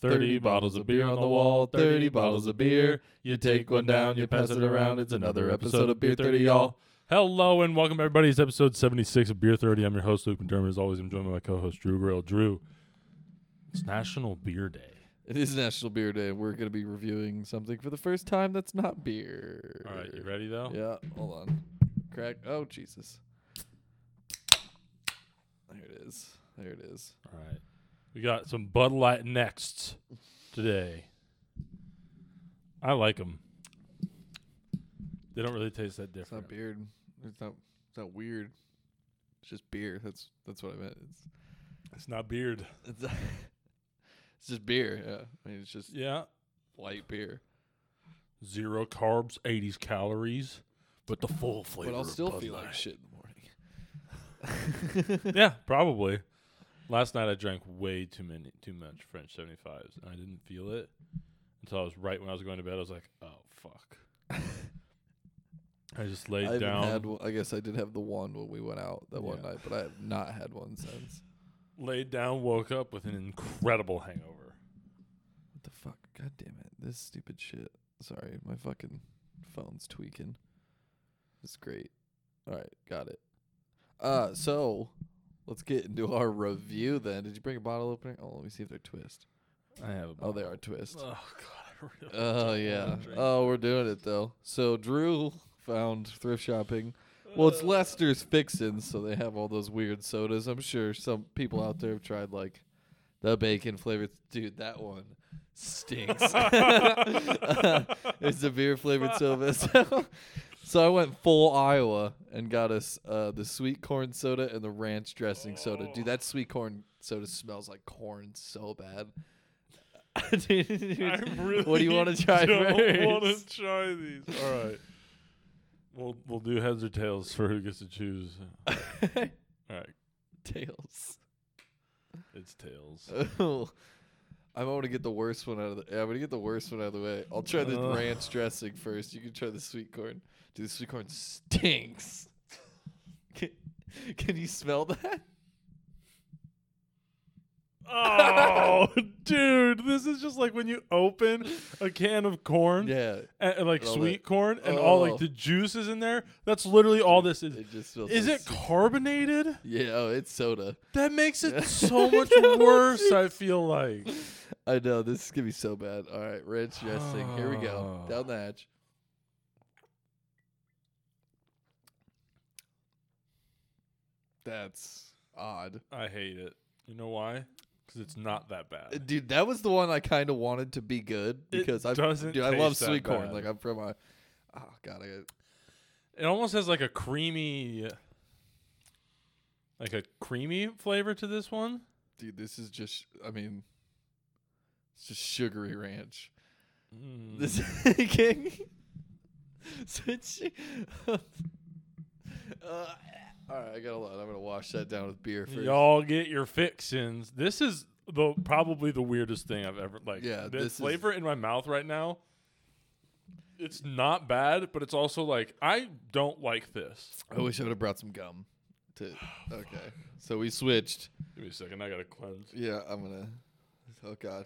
30 bottles of beer on the wall, 30 bottles of beer. You take one down, you pass it around. It's another episode of Beer 30, y'all. Hello and welcome, everybody. It's episode 76 of Beer 30. I'm your host, Luke McDermott. As always, I'm joined by my co host, Drew Grill. Drew, it's National Beer Day. It is National Beer Day. We're going to be reviewing something for the first time that's not beer. All right, you ready, though? Yeah, hold on. Crack. Oh, Jesus. There it is. There it is. All right. We got some Bud Light next today. I like them. They don't really taste that It's not different. beer. It's not it's not weird. It's just beer. That's that's what I meant. It's It's not beard. it's, it's just beer. Yeah. I mean, it's just Yeah. light beer. Zero carbs, 80s calories, but the full flavor. But I'll of still Bud feel like Light. shit in the morning. yeah, probably. Last night I drank way too many, too much French 75s, and I didn't feel it until I was right when I was going to bed. I was like, "Oh fuck!" I just I laid haven't down, had one. I guess I did have the one when we went out that one Yeah. night, but I have not had one since. laid down, woke up with an incredible hangover. What the fuck? God damn it. This stupid shit. Sorry, my fucking phone's tweaking. It's great. All right, got it. Uh, so let's get into our review then. Did you bring a bottle opener? Oh, let me see if they're twist. I have a Oh, they bottle. are twist. Oh god, I really Oh don't yeah. wanna drink. Oh, we're doing it though. So Drew found thrift shopping. Well, it's Lester's Fixins, so they have all those weird sodas. I'm sure some people out there have tried like the bacon flavored. Dude, that one stinks. it's a beer flavored soda. So, so I went full Iowa and got us uh, the sweet corn soda and the ranch dressing soda. Dude, that sweet corn soda smells like corn so bad. Dude, I'm really what do you want to try don't want to first? try these. All right. We'll we'll do heads or tails for who gets to choose. All right, Tails. it's tails. Oh, I'm gonna get the worst one out of the. I'm gonna get the worst one out of the way. I'll try the Ugh. ranch dressing first. You can try the sweet corn. Dude, the sweet corn stinks. Can, can you smell that? Oh, dude, this is just like when you open a can of corn, Yeah, and, and, like And all sweet that- corn, and all like Oh. the juice is in there. That's literally all this is. it just smells. Is like it sweet- carbonated? Yeah, oh, it's soda. That makes Yeah. it so much No, worse. it's- I feel like. I know this is gonna be so bad. All right, ranch dressing. Here we go. Down the hatch. That's odd. I hate it. You know why? Because it's not that Uh, bad. Dude, that was the one I kind of wanted to be good It because I doesn't dude, I love taste that sweet corn. bad. Like I'm from a oh god, I got It almost has like a creamy, like a creamy flavor to this one. dude, this is just I mean it's just sugary ranch. Mm. This king. So it's su- uh, all right, I got a lot. I'm gonna wash that down with beer 1st Y'all get your fixins. This is the probably the weirdest thing I've ever like. Yeah, the this is- flavor in my mouth right now. It's not bad, but it's also like I don't like this. I wish I would have brought some gum. To okay, so we switched. Give me a second. I gotta cleanse. Yeah, I'm gonna. Oh God.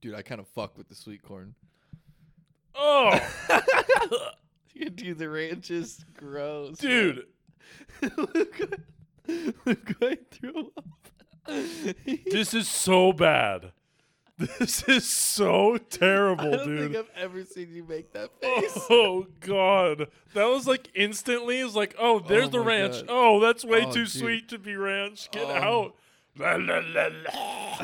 Dude, I kind of fuck with the sweet corn. Oh, Dude, the ranch is gross. dude, Luke, Luke, I threw up. this is so bad. This is so I terrible, don't dude. think I've ever seen you make that face. Oh god, that was like instantly. It's like, oh, there's Oh the my ranch. God. Oh, that's way Oh, too dude. sweet to be ranch. Get Oh. out. La, la, la, la.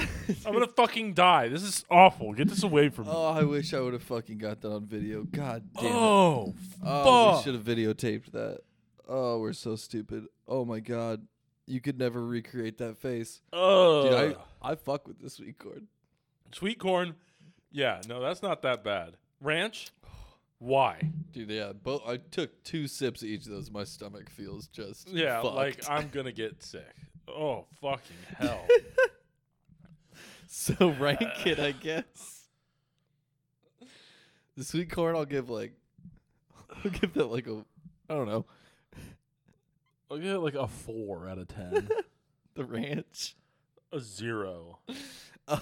I'm gonna fucking die. This is awful. Get this away from me. Oh, I wish I would have fucking got that on video. God damn it. oh, Oh, we fuck. should have videotaped that. Oh, we're so stupid. Oh my god, you could never recreate that face. oh. Dude, I, I fuck with the sweet corn. Sweet corn. Yeah, no, that's not that bad. Ranch. Why? Dude, yeah, both. I took two sips of each of those. My stomach feels just Yeah, fucked. like I'm gonna get sick. Oh fucking hell. so rank it, I guess. The sweet corn, I'll give like, I'll give that like a, I don't know. I'll get like a four out of ten. The ranch? A zero.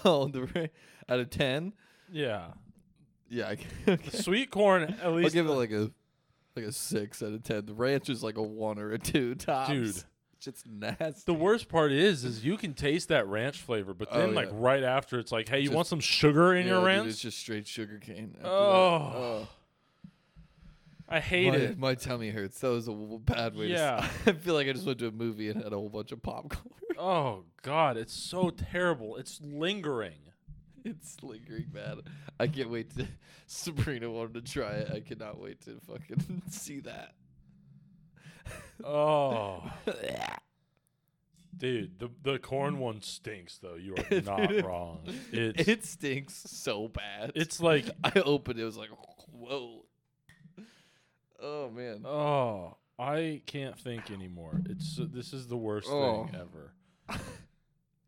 Oh, the ra- out of ten. Yeah. Yeah, I, okay. The sweet corn, at I'll least. give it like a like a six out of ten. The ranch is like a one or a two tops. Dude. shit's nasty. the worst part is, is you can taste that ranch flavor, but Oh, then like yeah. right after, it's like, hey, you Just- want some sugar in Yeah, your dude, ranch? it's just straight sugar cane. after that. Oh, I hate my, it. my tummy hurts. That was a w- bad way. to Yeah. s- I feel like I just went to a movie and had a whole bunch of popcorn. Oh God, it's so terrible. It's lingering. it's lingering bad. I can't wait to. Sabrina wanted to try it. I cannot wait to fucking see that. Oh, dude, the the corn one stinks though. You are not wrong. It's it stinks so bad. it's like I opened it. It was like, whoa. Oh man. oh, I can't think anymore. It's this is the worst Oh. thing ever.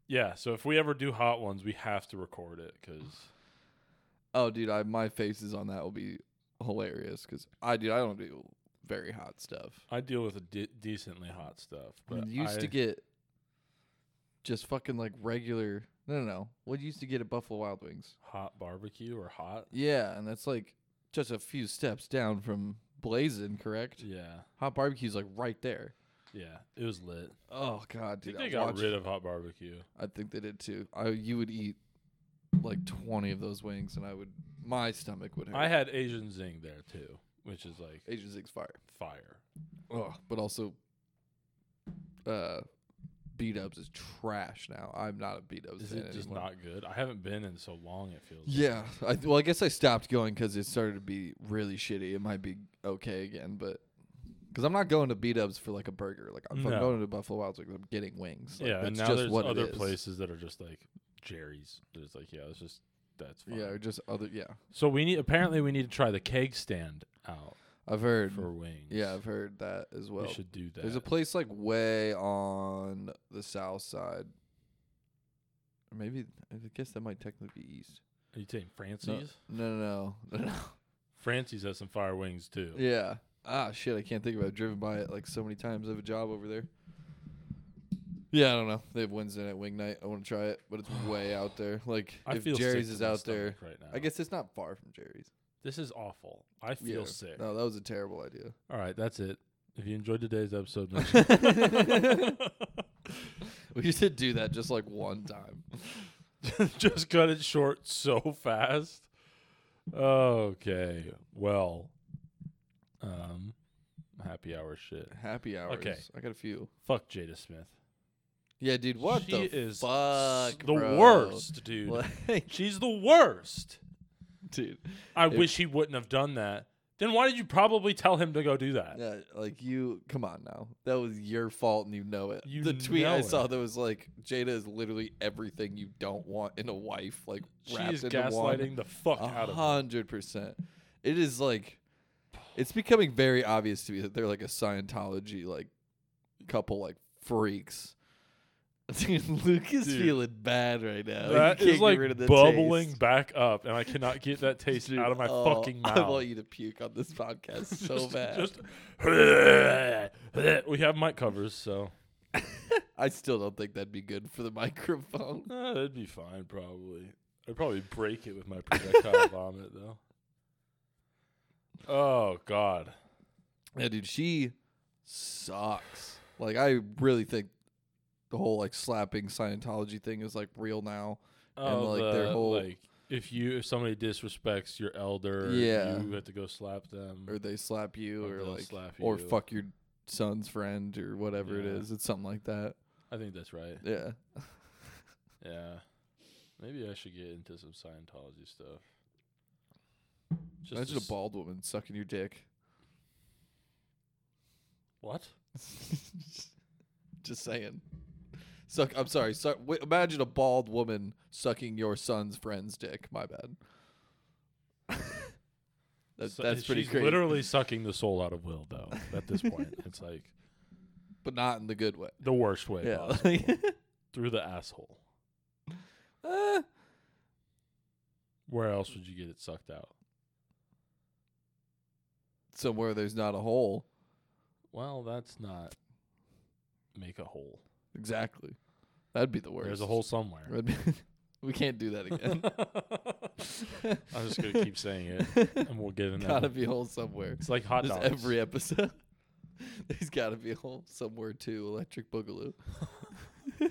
Yeah, so if we ever do hot ones, we have to record it because Oh, dude, I my faces on that will be hilarious because I, dude, I don't do very hot stuff. I deal with a de- decently hot stuff. We But used I- to get just fucking like regular. No, no, no. What you used to get at Buffalo Wild Wings? hot barbecue or hot. Yeah, and that's like just a few steps down from Blazin', correct? Yeah, Hot barbecue's like right there. yeah, it was lit. Oh god, I dude, think I, they got watched- rid of hot barbecue. I think they did too. I you would eat like twenty of those wings, and I would my stomach would hurt. I had Asian zing there too, which is like Asian six fire. fire. Oh, but also, uh, beat ups is trash now. I'm not a beat ups. Is fan it just anymore. not good? I haven't been in so long. It feels. like. Yeah. I, well, I guess I stopped going because it started to be really shitty. It might be okay again, but because I'm not going to beat ups for like a burger. Like if No. I'm going to Buffalo Wild Wings, I'm getting wings. Like, yeah. That's And now just there's what other it is. places that are just like Jerry's. There's like yeah, it's just that's fine. Yeah, or just other. Yeah, So we need apparently we need to try the keg stand out I've heard. for wings. yeah, I've heard that as well. we should do that. There's a place like way on the south side. Or Maybe I guess that might technically be east. are you saying Francie's? No, no, no, no, no, no. Francie's has some fire wings too. Yeah. Ah, shit. I can't think about. It. Driven by it like so many times. I have a job over there. Yeah, I don't know. They have Wednesday night wing night. I want to try it, but it's way out there. Like I if feel sick Jerry's to is my out there, stomach right now. I guess it's not far from Jerry's. this is awful. I feel Yeah. sick. No, that was a terrible idea. All right, that's it. If you enjoyed today's episode, make sure- We should do that just like one time. just cut it short so fast. Okay. Well, um, happy hour shit. Happy hours. Okay. I got a few. Fuck Jada Smith. Yeah, dude. What she the is s- fuck? the bro? worst, dude. Like, She's the worst. dude. I If- wish he wouldn't have done that. Then why did you probably tell him to go do that? Yeah, like you, come on now. That was your fault and you know it. You the tweet know I it. saw that was like, Jada is literally everything you don't want in a wife, like she wrapped is into gaslighting one. the fuck A out of him. hundred percent. It is like, it's becoming very obvious to me that they're like a Scientology like couple like freaks. Dude, Luke is Dude. feeling bad right now. That he can't is like get rid of the bubbling taste. back up, and I cannot get that taste Dude, out of my oh, fucking mouth. I want you to puke on this podcast so bad. Just, we have mic covers, so I still don't think that'd be good for the microphone. uh, that'd be fine. Probably, I'd probably break it with my projectile vomit, though. Oh God, Yeah, dude, she sucks. Like, I really think the whole like slapping Scientology thing is like real now. oh, like, their the, whole- like if you if somebody disrespects your elder, Yeah. you have to go slap them. Or they slap you, Or or, they'll like, slap or you. fuck your son's friend, or whatever it Yeah. is. It's something like that. I think that's right. Yeah. Yeah, maybe I should get into some Scientology stuff. Just Imagine to a s- bald woman sucking your dick. What? Just saying. Suck. I'm sorry. Suck, w- imagine a bald woman sucking your son's friend's dick. My bad. That- So- that's pretty she's crazy. Literally sucking the soul out of Will, though. At this point, it's like but not in the good way. the worst way. Yeah. possible. through the asshole. Uh, Where else would you get it sucked out? somewhere there's not a hole. Well, that's not make a hole. Exactly. That'd be the worst. There's a hole somewhere. That'd be- we can't do that again. I'm just gonna keep saying it, and we'll get another. gotta be a hole somewhere. It's like hot There's dogs. every episode. There's gotta be a hole somewhere too. Electric Boogaloo.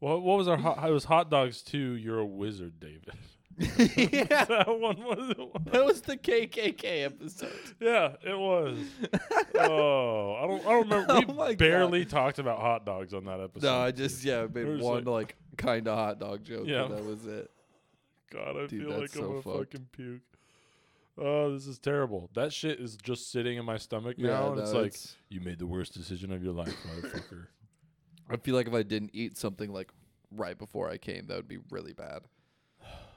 What, what was our hot? It was hot dogs too. You're a wizard, David. yeah, that one was. It was. that was the KKK episode. Yeah, it was. oh, I don't. I don't remember. Oh we my God. barely talked about hot dogs on that episode. No, I just yeah I made There's one like, kind of hot dog joke. Yeah. and that was it. God, I Dude, feel like that's I'm so gonna fucked. fucking puke. Oh, this is terrible. That shit is just sitting in my stomach Yeah, now, and no, it's like you made the worst decision of your life, motherfucker. I feel like if I didn't eat something like right before I came, that would be really bad.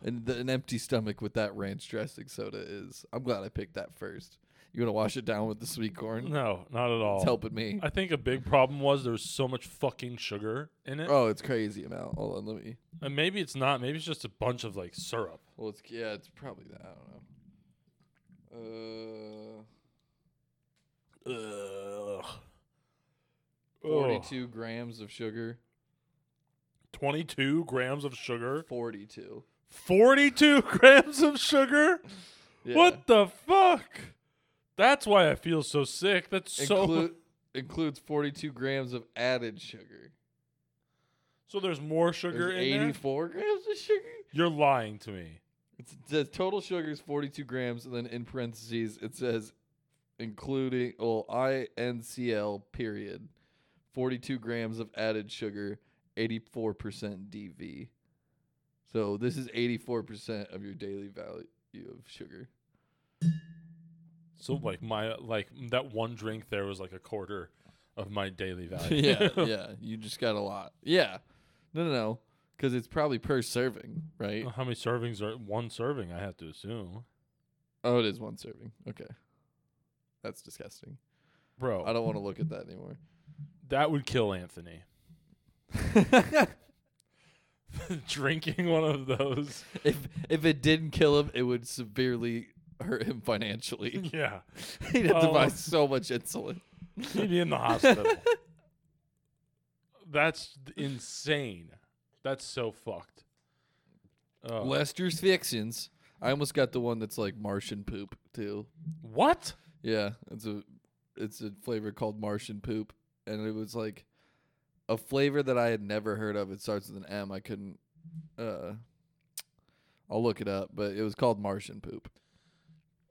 And the, an empty stomach with that ranch dressing soda is. I'm glad I picked that first. You want to wash it down with the sweet corn? no, not at all. It's helping me. I think a big problem was there was so much fucking sugar in it, Oh, it's crazy amount. Hold on, let me. and maybe it's not. Maybe it's just a bunch of like syrup. Well, it's yeah, it's probably that. I don't know. Uh, Ugh. Oh. 42 grams of sugar. 22 grams of sugar. 42. 42 grams of sugar? Yeah. What the fuck? That's why I feel so sick. That's so Inclu- includes 42 grams of added sugar. So there's more sugar There's in there? 84 grams of sugar. You're lying to me. It's, it says total sugar is 42 grams, and then in parentheses it says including well I N C L period 42 grams of added sugar, 84 percent DV. So this is 84 percent of your daily value of sugar. So like my like that one drink there was like a quarter of my daily value. yeah, yeah, you just got a lot. Yeah, no, no, no, because it's probably per serving, right? How many servings are one serving, I have to assume. Oh, it is one serving. Okay, that's disgusting. Bro, I don't want to look at that anymore. that would kill Anthony. Drinking one of those. If if it didn't kill him, it would severely hurt him financially. Yeah. He'd have to Oh. buy so much insulin. He'd be in the hospital. That's insane. That's so fucked. Oh. Lester's Fixins. I almost got the one that's like Martian poop too. what? Yeah, it's a it's a flavor called Martian poop, and it was like a flavor that I had never heard of. It starts with an M. I couldn't. Uh, I'll look it up, but it was called Martian poop.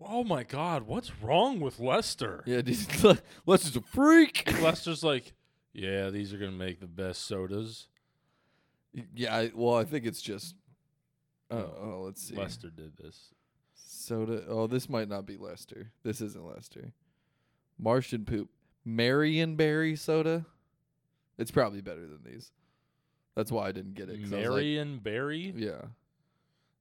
Oh my god, what's wrong with Lester? Yeah, just, Lester's a freak. Lester's like, yeah, these are gonna make the best sodas. Yeah, I, well, I think it's just. Oh, oh let's see. Lester did this. Soda. Oh, this might not be Lester. This isn't Lester. Martian poop. Marionberry soda. It's probably better than these. That's why I didn't get it. 'cause I was like- Mary and Barry, yeah.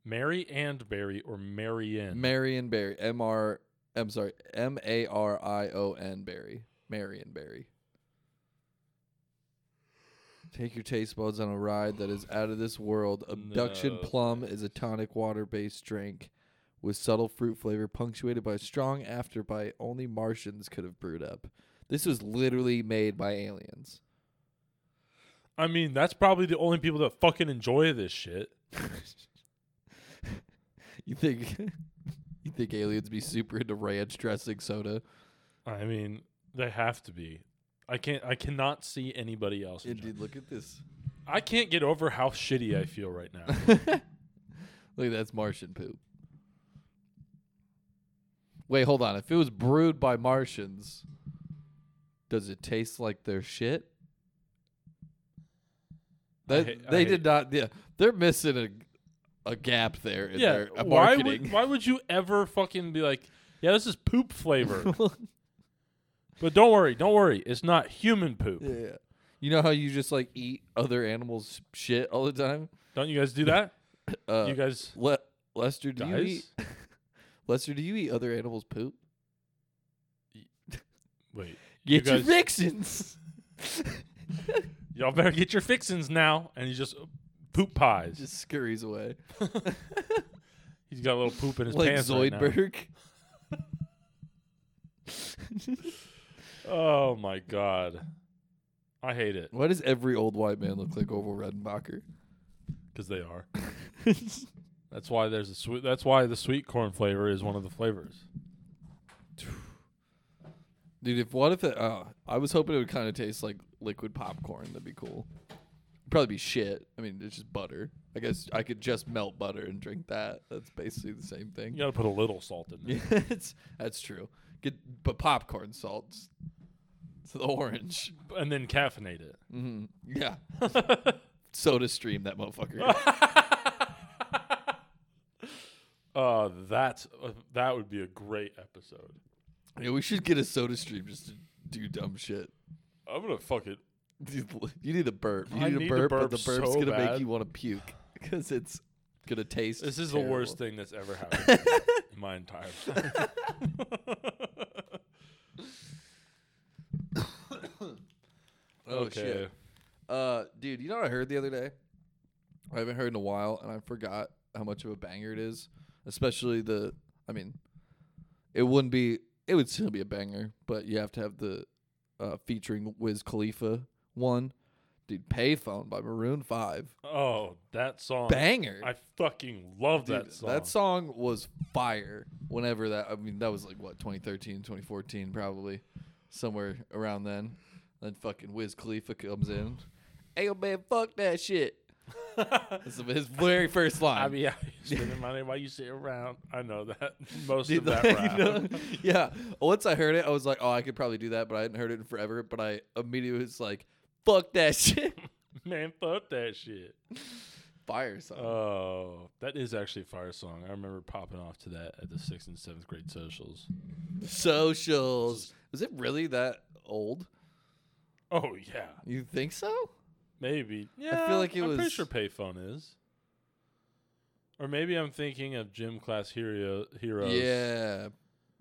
Mary and Barry, or Marion. Marionberry. M R. I'm sorry. M A R I O N berry. Marionberry. Take your taste buds on a ride that is out of this world. Abduction No, Plum is a tonic water based drink with subtle fruit flavor punctuated by a strong afterbite only Martians could have brewed up. This was literally made by aliens. I mean, that's probably the only people that fucking enjoy this shit. You think you think aliens be super into ranch dressing soda? I mean, they have to be. I can't. I cannot see anybody else. enjoy- Indeed, look at this. I can't get over how shitty I feel right now. Look, that's Martian poop. Wait, hold on. If it was brewed by Martians, does it taste like their shit? I That, hate- I they hate- did not. Yeah, they're missing a a gap there in yeah. their uh, Why marketing. would Why would you ever fucking be like, yeah, this is poop flavor? but don't worry, don't worry. It's not human poop. yeah, you know how you just like eat other animals' shit all the time. Don't you guys do that? Uh, you guys, Le- Lester, do you guys. eat? Lester, do you eat other animals' poop? Wait. you Get your guys- fixins. Y'all better get your fixins now. And he just uh, poop pies. just scurries away. He's got a little poop in his like pants. right now. Zoidberg. Oh my god. I hate it Why does every old white man look like Orville Redenbacher? because they are. that's why there's a sweet. That's why the sweet corn flavor is one of the flavors. Dude, if what if it? Uh, I was hoping it would kind of taste like liquid popcorn. That'd be cool. Probably be shit. I mean, it's just butter. I guess I could just melt butter and drink that. That's basically the same You thing. got to put a little salt in there. Yeah, it's, that's true. Get but popcorn salts. It's the orange. and then caffeinate it. hmm Yeah. Soda stream that motherfucker. Uh, that's uh, that would be a great episode. yeah, we should get a soda stream just to do dumb shit. I'm gonna fuck it. You need a burp. You I need, need to a burp, burp but the burp's so gonna bad. make you want to puke because it's gonna taste. This is the terrible. worst thing that's ever happened to me in my entire life. Oh shit, uh, dude. You know what I heard the other day? I haven't heard in a while, and I forgot how much of a banger it is. Especially the. I mean, it wouldn't be. It would still be a banger, but you have to have the uh, featuring Wiz Khalifa one, dude. Payphone by Maroon Five, Oh, that song. banger. I fucking love Dude, that song. was fire. Whenever that, I mean, that was like what 2013, 2014, probably somewhere around then. Then fucking Wiz Khalifa comes in. Hey, yo, man, fuck that shit. That's his very first line. I be out here spending money while you sit around. I know that most Dude, of that rap. like, you know, yeah. Once I heard it, I was like, oh, I could probably do that, but I hadn't heard it in forever. But I immediately was like, fuck that shit. Man, fuck that shit. Fire song. Oh, that is actually a fire song. I remember popping off to that at the sixth and seventh grade socials. Socials. Was it really that old? Oh yeah, You think so? maybe. Yeah, feel like it I'm pretty was- sure payphone is. Or maybe I'm thinking of gym class hero heroes. Yeah.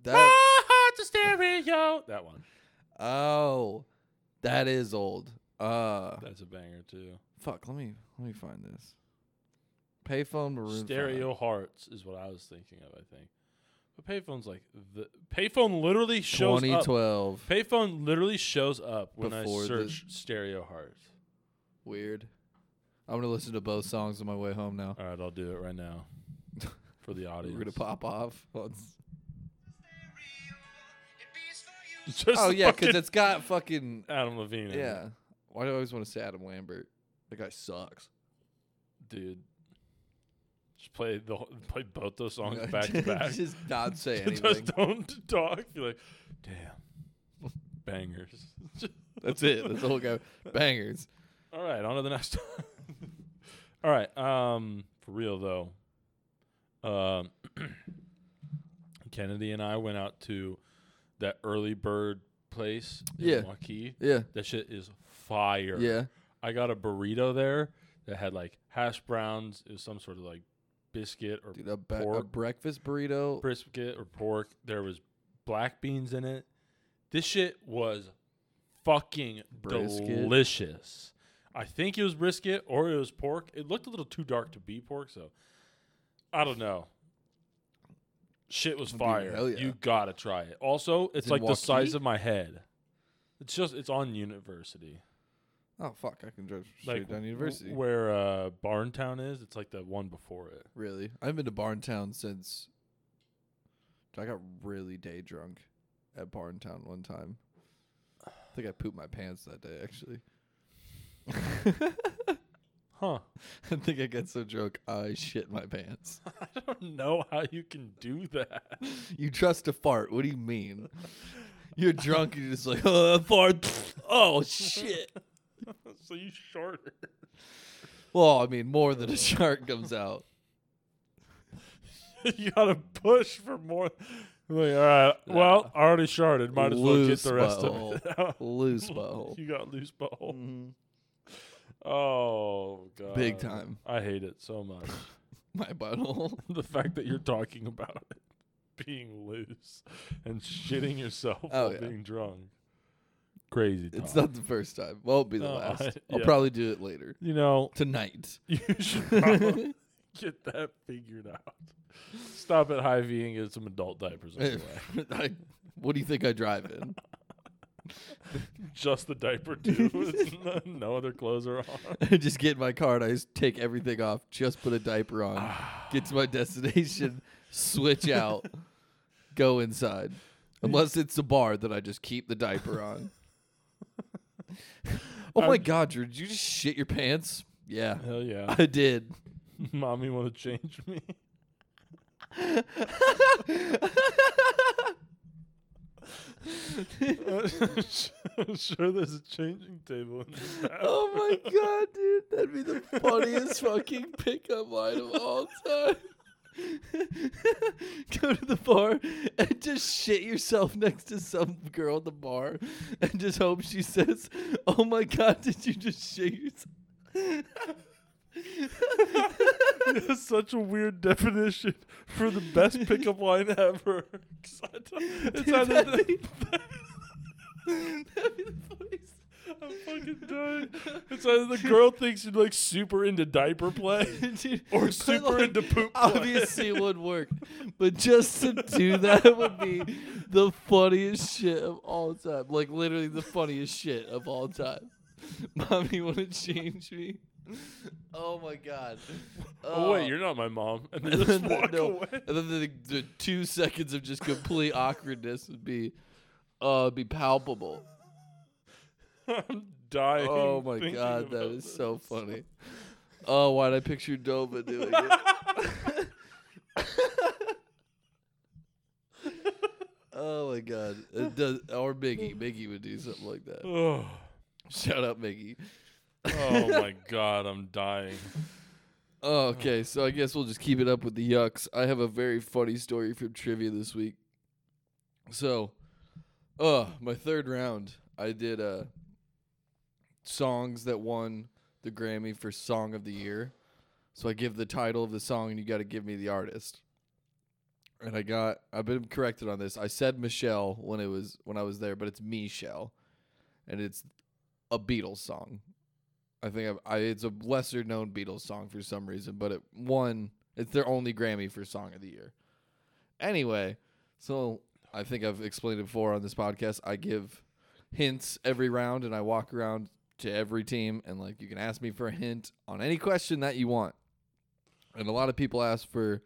That. Ah, hearts are stereo. That one. Oh, that is old. Uh, That's a banger too. fuck. Let me let me find this. Payphone maroon. five. Stereo hearts is what I was thinking of. I think, but payphone's like the payphone literally shows up. 2012. Payphone literally shows up when Before I the- search stereo hearts. Weird. I'm gonna listen to both songs on my way home now. All right, I'll do it right now for the audience. We're gonna pop off. on s- Just oh yeah, fucking because it's got fucking Adam Levine. in it. yeah. Why do I always want to say Adam Lambert? That guy sucks. dude. Just play the whole- play both those songs back to back. Just not say anything. Just don't talk. You're like, damn, bangers. That's it. That's the whole guy. Bangers. All right, on to the next. All right, um, for real though, um, Kennedy and I went out to that early bird place in Yeah. Waukee. Yeah. That shit is fire. Yeah. I got a burrito there that had like hash browns. It was some sort of like biscuit or Dude, a, ba- a Pork. breakfast burrito. brisket or pork. There was black beans in it. This shit was fucking Brisket. delicious. I think it was brisket or it was pork. It looked a little too dark to be pork, so I don't know. Shit was Dude, fire. hell yeah. You gotta try it. Also, it's in like the size Waukee? of my head. It's just it's on University, Oh fuck! I can drive straight like down w- University. where uh, Barntown is. It's like the one before it. Really? I haven't been to Barntown since I got really day drunk at Barntown one time. I think I pooped my pants that day actually. Huh? I think I got so drunk I shit my pants. I don't know how you can do that. You trust a fart. What do you mean? You're drunk, you're just like, oh, that fart. Oh, shit. so you shorter. Well, I mean, more than a shark comes out. you gotta push for more. Like, all right. Well, I already sharded. Might as well get Loose the rest of butthole. it out. Loose butthole. you got loose butthole. Mhm. Oh god. Big time. I hate it so much. My butthole. the fact that you're talking about it being loose and shitting yourself Oh, while yeah. being drunk. Crazy. Talk. It's not the first time. Won't be the No, I- last. I'll yeah. probably do it later. You know, Tonight. you should probably get that figured out. Stop at High V and get some adult diapers. on the way. I, what do you think I drive in? Just the diaper too. no other clothes are on. I just get in my car and I just take everything off, just put a diaper on, get to my destination, switch out, go inside. Unless it's a bar, then I just keep the diaper on. oh my I'm- god, Drew, did you just shit your pants? Yeah, Hell yeah. I did. Mommy wanna change me. I'm sure there's a changing table in this bathroom. Oh my god, dude, that'd be the funniest fucking pickup line of all time. Go to the bar and just shit yourself next to some girl at the bar and just hope she says, Oh my god, did you just shit yourself? That's such a weird definition for the best pickup line ever. 'Cause I don't- It's Dude, either that'd the, be- That'd be the funniest. I'm fucking dying. It's either the girl thinks you're like super into diaper play. Dude, Or but, super into poop play. Obviously, it would work, but just to do that would be the funniest shit of all time. Like literally the funniest shit of all time. Mommy, want to change me? Oh my god! Oh, wait, you're not my mom. And And then just then the- walk Uh, no, away. And then the, the two seconds of just complete awkwardness would be, uh, be palpable. I'm dying. Oh my thinking god, that about is this. so funny. Oh, why'd I picture Dova doing it? oh my god. It does or Miggy. Miggy would do something like that. Oh, Shout out Miggy. oh my god, I'm dying. Oh, okay, so I guess we'll just keep it up with the yucks. I have a very funny story from trivia this week. So, uh, my third round, I did uh songs that won the Grammy for Song of the Year. So I give the title of the song, and you got to give me the artist. And I got I've been corrected on this. I said Michelle when it was when I was there, but it's Michelle, and it's a Beatles song. I think i I, it's a lesser known Beatles song for some reason, but it won. It's their only Grammy for Song of the Year. Anyway, so I think I've explained it before on this podcast. I give hints every round, and I walk around to every team, and like you can ask me for a hint on any question that you want. And a lot of people ask for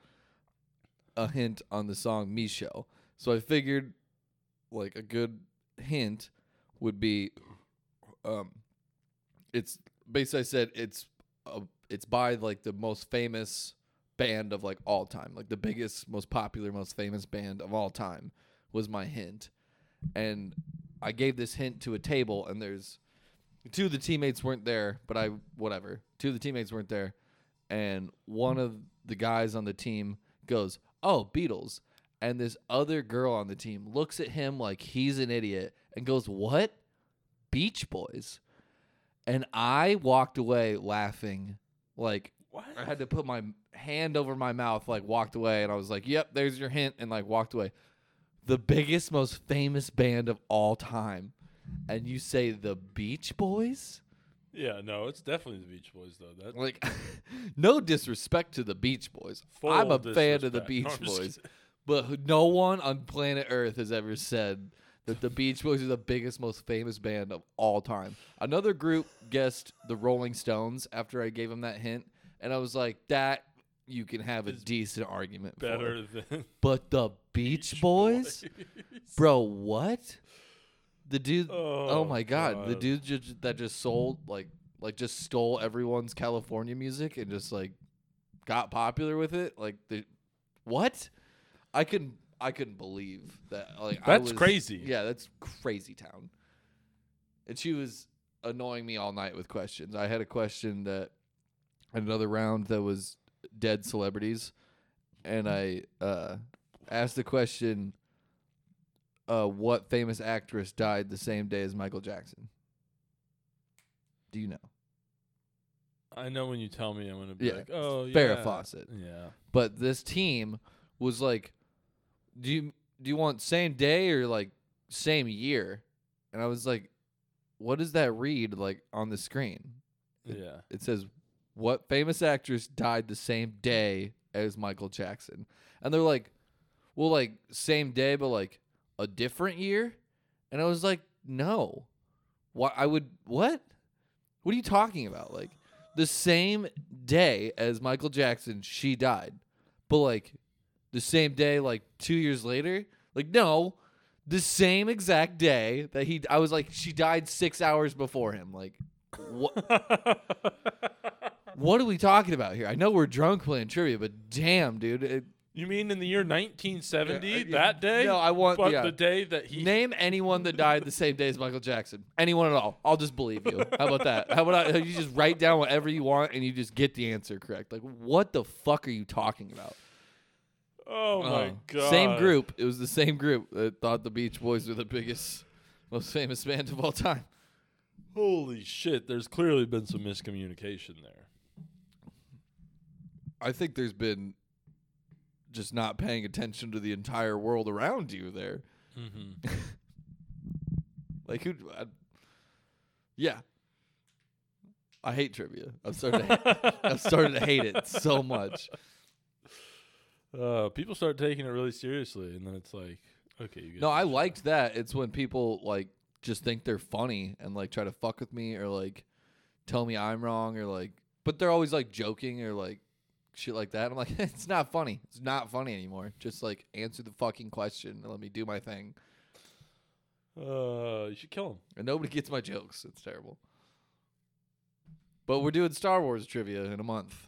a hint on the song Michelle. So I figured like a good hint would be um it's basically I said it's uh, it's by like the most famous band of like all time, like the biggest, most popular, most famous band of all time was my hint, and I gave this hint to a table, and there's two of the teammates weren't there, but I whatever, two of the teammates weren't there, and one of the guys on the team goes, "Oh, Beatles." And this other girl on the team looks at him like he's an idiot and goes, "What? Beach Boys?" And I walked away laughing like What? I had to put my hand over my mouth, like walked away, and I was like, "Yep, there's your hint," and like walked away. The biggest, most famous band of all time, and you say the Beach Boys? Yeah, no, it's definitely the Beach Boys though. That Like, no disrespect to the Beach Boys. full I'm a fan disrespect. of the No, Beach I'm just Boys, kidding. but who- no one on planet Earth has ever said that the Beach Boys are the biggest, most famous band of all time. Another group guessed the Rolling Stones after I gave them that hint, and I was like, "That." You can have a Is decent argument. for. Better than But the Beach, Boys? Bro, what? The dude Oh, Oh, my god. The God. dude just, that just sold like like just stole everyone's California music and just like got popular with it. Like the what? I couldn't I couldn't believe that like I That's was- crazy. Yeah, that's crazy town. And she was annoying me all night with questions. I had a question that another round that was dead celebrities and I uh, asked the question, uh, "What famous actress died the same day as Michael Jackson?" Do you know? I know when you tell me, I'm gonna be Yeah. like, oh yeah, Farrah Fawcett. Yeah. But this team was like, "Do you do you want same day or like same year?" And I was like, "What does that read like on the screen?" Yeah. It says, "What famous actress died the same day as Michael Jackson?" And they're like, "Well, like same day, but like a different year." And I was like, no. What I would what? What are you talking about? Like the same day as Michael Jackson, she died. But like the same day, like two years later? Like, no. The same exact day that he I was like, she died six hours before him. Like what what are we talking about here? I know we're drunk playing trivia, but damn, dude. It, you mean in the year 1970? Yeah, I- that day? No, I want- But yeah. the day that he. Name anyone that died the same day as Michael Jackson. Anyone at all. I'll just believe you. How about that? How about I, you just write down whatever you want and you just get the answer correct? Like, what the fuck are you talking about? oh my Uh, god. Same group. It was the same group that thought the Beach Boys were the biggest, most famous band of all time. Holy shit! There's clearly been some miscommunication there. I think there's been just not paying attention to the entire world around you there. Mm-hmm. Like, who? I, yeah. I hate trivia. I'm starting to I've started to hate it so much. Uh, people start taking it really seriously, and then it's like, okay, you get No, I this. liked that. It's when people like just think they're funny and like try to fuck with me or like tell me I'm wrong or like but they're always like joking or like shit like that. I'm like, it's not funny. It's not funny anymore. Just like answer the fucking question and let me do my thing. Uh, you should kill him. And nobody gets my jokes. It's terrible. But we're doing Star Wars trivia in a month.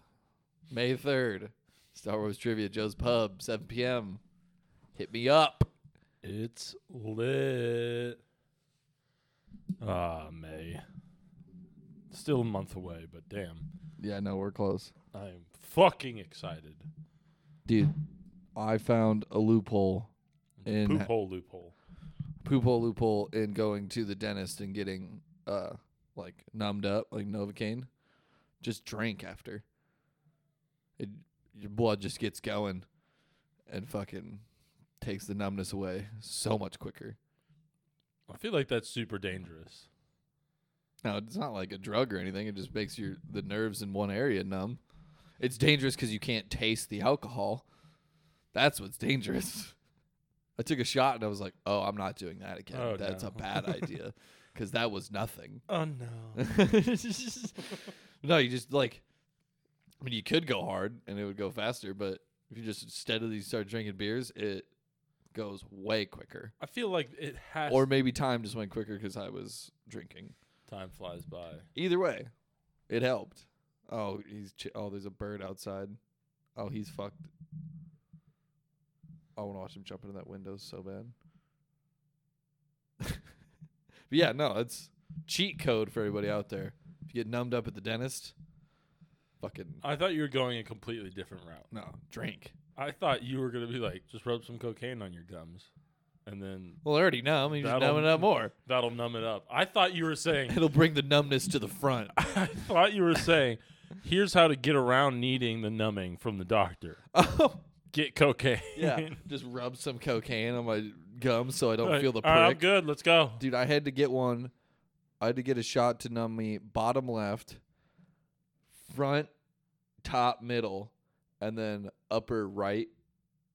May 3rd. Star Wars trivia, Joe's Pub, 7 p.m. Hit me up. It's lit. Ah, May. Still a month away, but damn, Yeah, I know we're close. I'm fucking excited. dude i found a loophole in Poop hole loophole. poop hole loophole in going to the dentist and getting uh like numbed up like novocaine just drink after it, your blood just gets going and fucking takes the numbness away so much quicker I feel like that's super dangerous. now it's not like a drug or anything it just makes your the nerves in one area numb it's dangerous because you can't taste the alcohol that's what's dangerous i took a shot and i was like oh i'm not doing that again Oh, that's no. a bad idea because that was nothing Oh no. no, you just like. I mean, you could go hard and it would go faster, but if you just steadily start drinking beers, it goes way quicker. I feel like it has. Or maybe time just went quicker because I was drinking. time flies by. Either way, it helped. Oh, he's ch- oh, there's a bird outside. Oh, he's fucked. I want to watch him jump into that window so bad. but yeah, no, it's cheat code for everybody out there. If you get numbed up at the dentist, fucking I thought you were going a completely different route. no, drink. I thought you were gonna be like, just rub some cocaine on your gums, and then Well, already numb. You're just That'll- numbing up more. that'll numb it up. I thought you were saying. It'll bring the numbness to the front. I thought you were saying, here's how to get around needing the numbing from the doctor. oh, Get cocaine. yeah. just rub some cocaine on my gums so I don't feel the prick. All right, I'm good. Let's go. dude i had to get one i had to get a shot to numb me bottom left front top middle and then upper right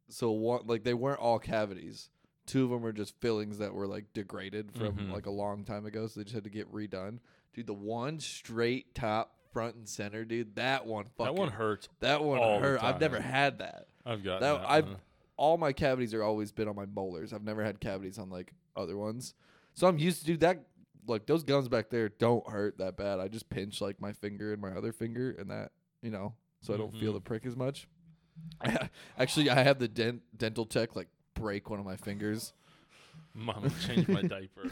so one like they weren't all cavities two of them were just fillings that were like degraded from Mhm. like a long time ago so they just had to get redone dude the one straight top front and center dude that one fucking That one hurts. that one all the hurt i've never time. had that I've got that, that. I've one. all my cavities are always been on my molars. I've never had cavities on like other ones. So I'm used to do that. Like those gums back there don't hurt that bad. I just pinch like my finger and my other finger, and that you know, so I don't feel Mhm. the prick as much. Actually, I have the dent- dental tech like break one of my fingers. Mama, change my diaper.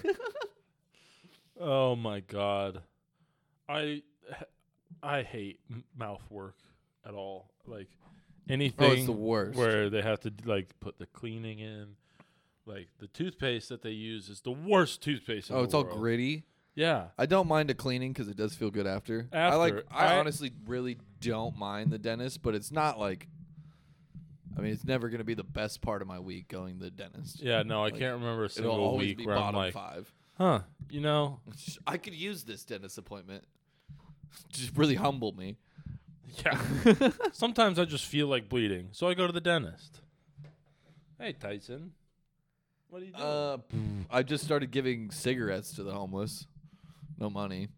oh my god, I I hate m- mouth work at all. Like anything. Oh, it's the worst. where they have to d- like put the cleaning in. Like the toothpaste that they use is the worst toothpaste. In oh, the it's all world. gritty. Yeah, I don't mind a cleaning because it does feel good after. I like. After. I, I- honestly really don't mind the dentist, but it's not like. I mean, it's never gonna be the best part of my week going to the dentist. yeah. No, I Like, can't remember a It'll single always week be where I'm bottom like, five. huh, you know, I could use this dentist appointment. Just really humble me. yeah. Sometimes I just feel like bleeding, so I go to the dentist. Hey, Tyson. What do you do? Uh, pff, I just started giving cigarettes to the homeless. No money.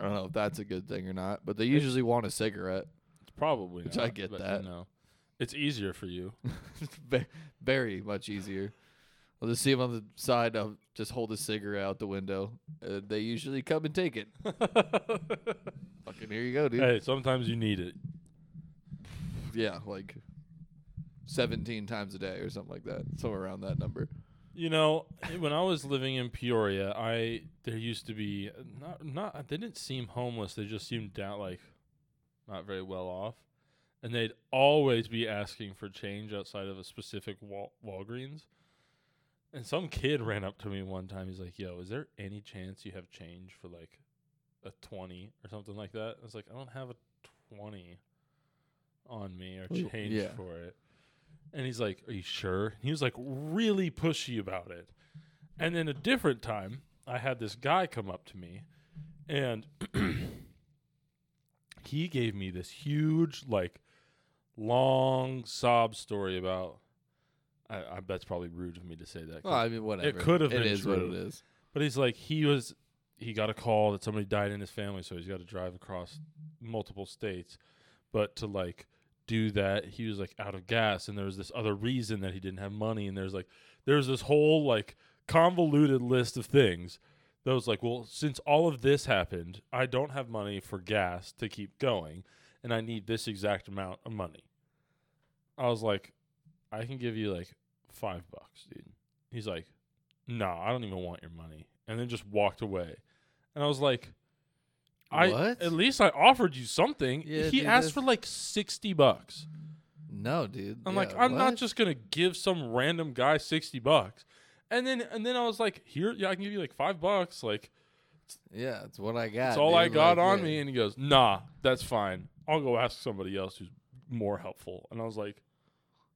I don't know if that's a good thing or not, but they usually want a cigarette. it's probably which not, I get but, that. You know, it's easier for you. It's ve- very much easier. I'll just see them on the side. I'll just hold a cigarette out the window. Uh, they usually come and take it. Fucking here you go, dude. hey, sometimes you need it. Yeah, like 17 times a day or something like that. Somewhere around that number. You know, when I was living in Peoria, I there used to be not not they didn't seem homeless. They just seemed down like not very well off, and they'd always be asking for change outside of a specific Wal- Walgreens. And some kid ran up to me one time. He's like, "Yo, is there any chance you have change for like a twenty or something like that?" I was like, "I don't have a twenty on me or Ooh, change yeah. for it." And he's like, Are you sure? And he was like really pushy about it. And then a different time, I had this guy come up to me and he gave me this huge, like, long sob story about. I, I, that's probably rude of me to say that. 'cause Well, I mean, whatever. could have It been is what true. it is. but he's like, he was, he got a call that somebody died in his family, so he's got to drive across multiple states. But to like do that, he was like out of gas, and there was this other reason that he didn't have money, and there's like, there's this whole like convoluted list of things that was like, well, since all of this happened, I don't have money for gas to keep going, and I need this exact amount of money. I was like, I can give you like five bucks, dude. He's like, no, I don't even want your money. And then just walked away. And I was like, I What? at least I offered you something. Yeah, he dude, asked that's- for like 60 bucks. No, dude. I'm Yeah, like, I'm not what? just gonna give some random guy sixty bucks. And then and then I was like, here, yeah, I can give you like five bucks. Like Yeah, it's what I got. that's all dude. I got Like, on yeah. me. And he goes, nah, that's fine. I'll go ask somebody else who's more helpful. And I was like,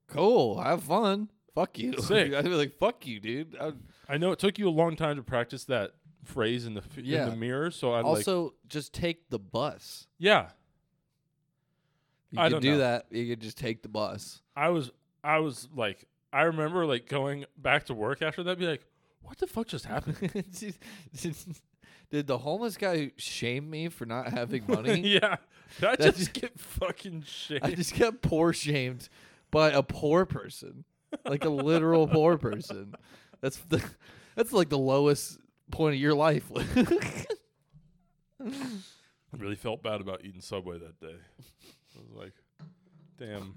Cool. Have fun. Fuck you. Sick. I'd be like, fuck you, dude. I, I know it took you a long time to practice that phrase in the f- in Yeah. the mirror. So I like, also, just take the bus. yeah, You I could don't do know. that. You could just take the bus. I was I was like, I remember like going back to work after that, be like, what the fuck just happened? did, did the homeless guy shame me for not having money? yeah, Did I That's- just get fucking shit. I just got poor shamed by a poor person, like a literal poor person. That's the, that's like the lowest point of your life. I really felt bad about eating Subway that day. I was like, damn.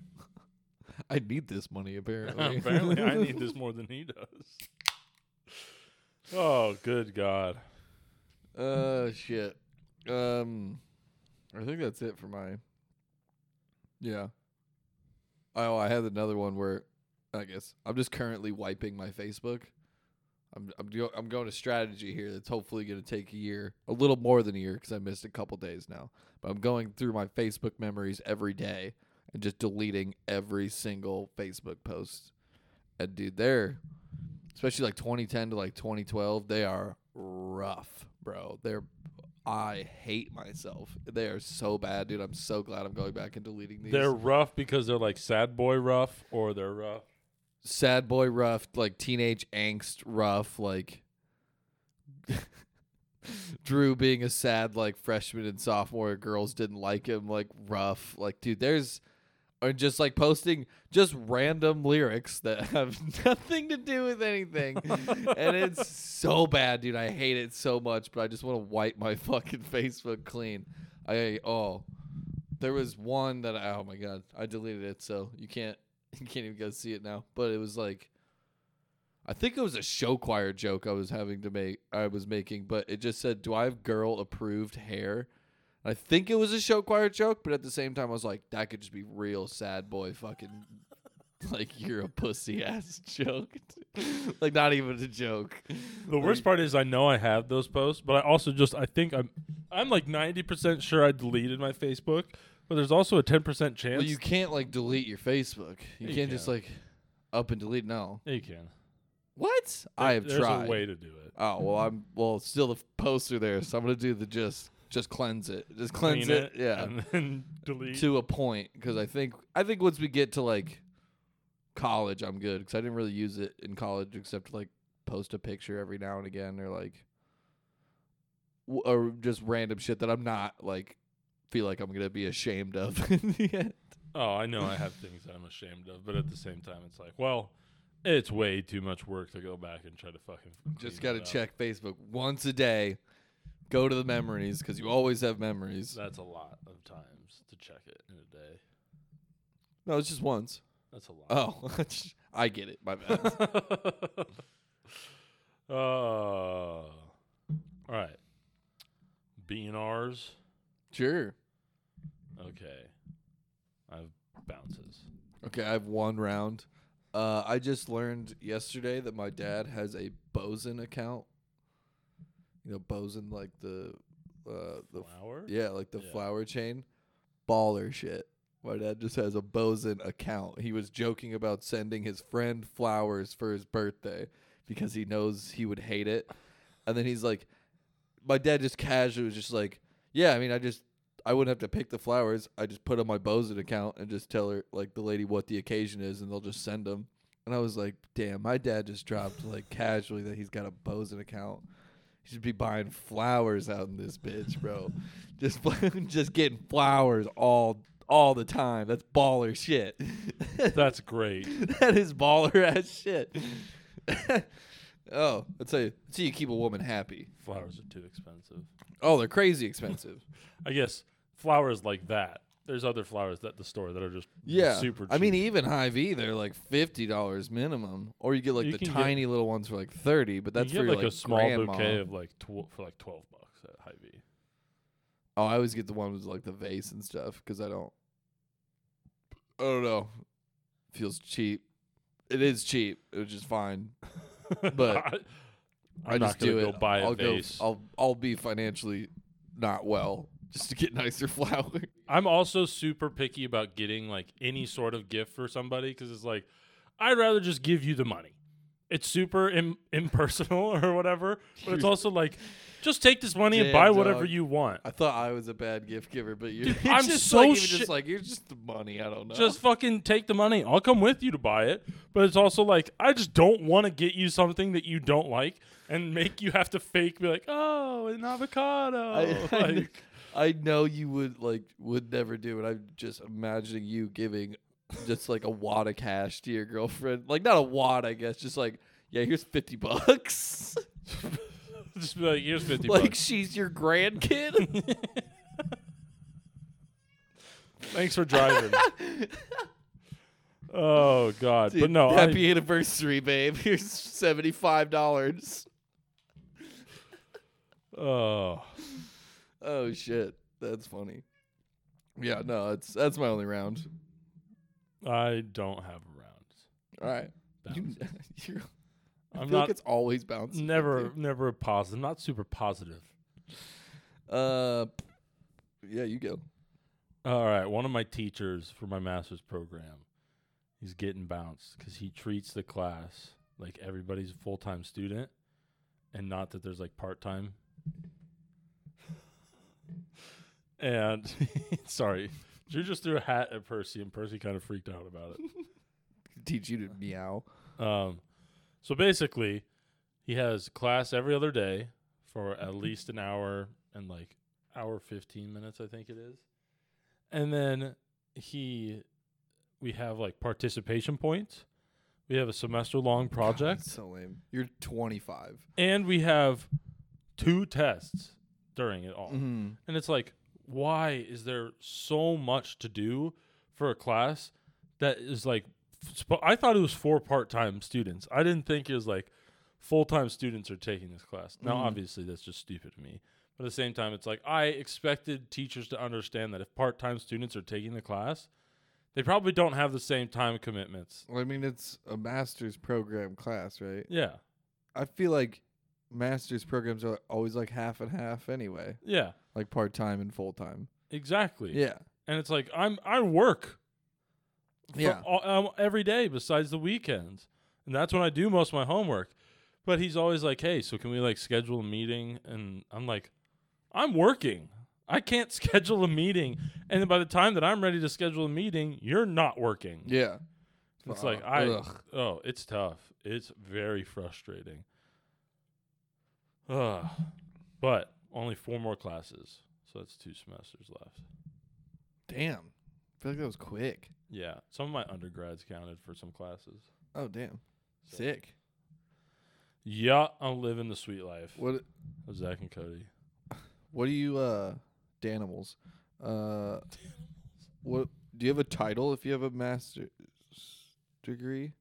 I need this money apparently. Apparently, I need this more than he does. Oh, good God. Uh, shit. Um, I think that's it for my. Yeah. Oh, I had another one where, I guess I'm just currently wiping my Facebook. I'm I'm go- I'm going to strategy here that's hopefully going to take a year, a little more than a year, because I missed a couple days now. But I'm going through my Facebook memories every day and just deleting every single Facebook post. And dude, they're especially like 2010 to like 2012, they are rough, bro. They're I hate myself. They are so bad, dude. I'm so glad I'm going back and deleting these. They're rough because they're like sad boy rough, or they're rough. sad boy rough, like teenage angst rough, like Drew being a sad like freshman and sophomore girls didn't like him, like rough, like dude, there's or just like posting just random lyrics that have nothing to do with anything. and it's so bad, dude. I hate it so much, but I just want to wipe my fucking Facebook clean. I oh there was one that I, oh my god, I deleted it, so you can't you can't even go see it now. But it was like, I think it was a show choir joke I was having to make. I was making, but it just said, "Do I have girl approved hair?" And I think it was a show choir joke, but at the same time, I was like, that could just be real sad boy fucking. Like you're a pussy ass joke, like not even a joke. The worst part is I know I have those posts, but I also just I think I'm I'm like ninety percent sure I deleted my Facebook, but there's also a ten percent chance. Well, you can't like delete your Facebook. You, You can't just can. like up and delete. No, Yeah, you can. what? I have there's tried. a way to do it. Oh well, I'm well still the poster there, so I'm gonna do the just just cleanse it, just cleanse Clean it, yeah, and then delete. to a point because I think I think once we get to like college, I'm good because I didn't really use it in college except to, like post a picture every now and again or like w- or just random shit that I'm not like feel like I'm gonna be ashamed of. in the end. Oh, I know I have things that I'm ashamed of, but at the same time, it's like, well, it's way too much work to go back and try to fucking. Just clean gotta it up. check Facebook once a day. Go to the memories because you always have memories. That's a lot of times to check it in a day. No, it's just once. That's a lot. Oh, I get it. My bad. Oh. uh, Oh. all right. BNRs. sure. Okay. I have bounces. Okay, I have one round. Uh, I just learned yesterday that my dad has a Bosun account. You know, Bosun like the uh, the f- Flower? yeah, like the Yeah. flower chain, baller shit. My dad just has a Bosun account. He was joking about sending his friend flowers for his birthday because he knows he would hate it. And then he's like, my dad just casually was just like, yeah, I mean, I just I wouldn't have to pick the flowers. I just put on my Bosun account and just tell her like the lady what the occasion is, and they'll just send them. And I was like, damn, my dad just dropped like casually that he's got a Bosun account. He should be buying flowers out in this bitch, bro. just just getting flowers all all the time. That's baller shit. That's great. that is baller ass shit. oh, that's how you, that's how you keep a woman happy. Flowers are too expensive. Oh, they're crazy expensive. I guess flowers like that. There's other flowers at the store that are just Yeah, super cheap. I mean, e- even High V, they're like fifty dollars minimum, or you get like You the can get- tiny little ones for like thirty. But that's you for get like, your, a small grandma. bouquet of like tw- for like twelve bucks at Hy-Vee. Oh, I always get the one with like the vase and stuff because I don't. I don't know. Feels cheap. It is cheap, which is fine. But I, I am not just gonna do go it. buy a I'll vase. Go, I'll I'll be financially not well just to get nicer flowers. I'm also super picky about getting like any sort of gift for somebody because it's like I'd rather just give you the money. It's super Im- impersonal or whatever, but it's You're- also like just take this money and Damn, buy whatever dog. you want. I thought I was a bad gift giver, but you're, Dude, you're I'm just so like, even shi- just like you're just the money. I don't know. Just fucking take the money. I'll come with you to buy it. But it's also like I just don't want to get you something that you don't like and make you have to fake be like, "Oh, an avocado." I, I, kn- Oh, like, I know you would like would never do it. I'm just imagining you giving just like a wad of cash to your girlfriend. Like not a wad, I guess. Just like yeah, here's fifty bucks. just be like, "Here's 50 like bucks. she's your grandkid. Thanks for driving." oh god. but no, I- happy anniversary, babe. Here's seventy five dollars. Oh, Oh shit, that's funny. Yeah, no, it's that's my only round. I don't have a All right, you, round. you're, I I'm feel not like it's always bouncing. never never a positive. I'm not super positive. Uh, yeah, you go. All right, one of my teachers for my master's program, he's getting bounced because he treats the class like everybody's a full time student, and not that there's like part time. And sorry, Drew just threw a hat at Percy, and Percy kind of freaked out about it. teach you to meow. Um, so basically, he has class every other day for at least an hour and like hour 15 minutes, I think it is. And then he, we have like participation points. We have a semester long project That's so lame. You're 25. and we have two tests during it Mm-hmm. all. And it's like, why is there so much to do for a class that is like, f- sp- I thought it was for part time students. I didn't think it was like full time students are taking this class. Now, Mhm. obviously, that's just stupid to me. But at the same time, it's like, I expected teachers to understand that if part time students are taking the class, they probably don't have the same time commitments. Well, I mean, it's a master's program class, right? Yeah. I feel like master's programs are always like half and half anyway, Yeah. like part time and full time. Exactly. Yeah. and it's like I'm I work. for Yeah. all, um, every day besides the weekends, and that's when I do most of my homework. But he's always like, "Hey, so can we like schedule a meeting?" And I'm like, "I'm working. I can't schedule a meeting." And then by the time that I'm ready to schedule a meeting, you're not working. Yeah. It's like, Fuck. I- Ugh. Oh, it's tough. It's very frustrating. Ugh. But only four more classes, so that's two semesters left. damn. I feel like that was quick. Yeah, some of my undergrads counted for some classes. Oh damn. So- Sick. Yeah, I'm living the sweet life What of Zach and Cody. what do you uh Danimals? Uh what do you have a title if you have a master's degree?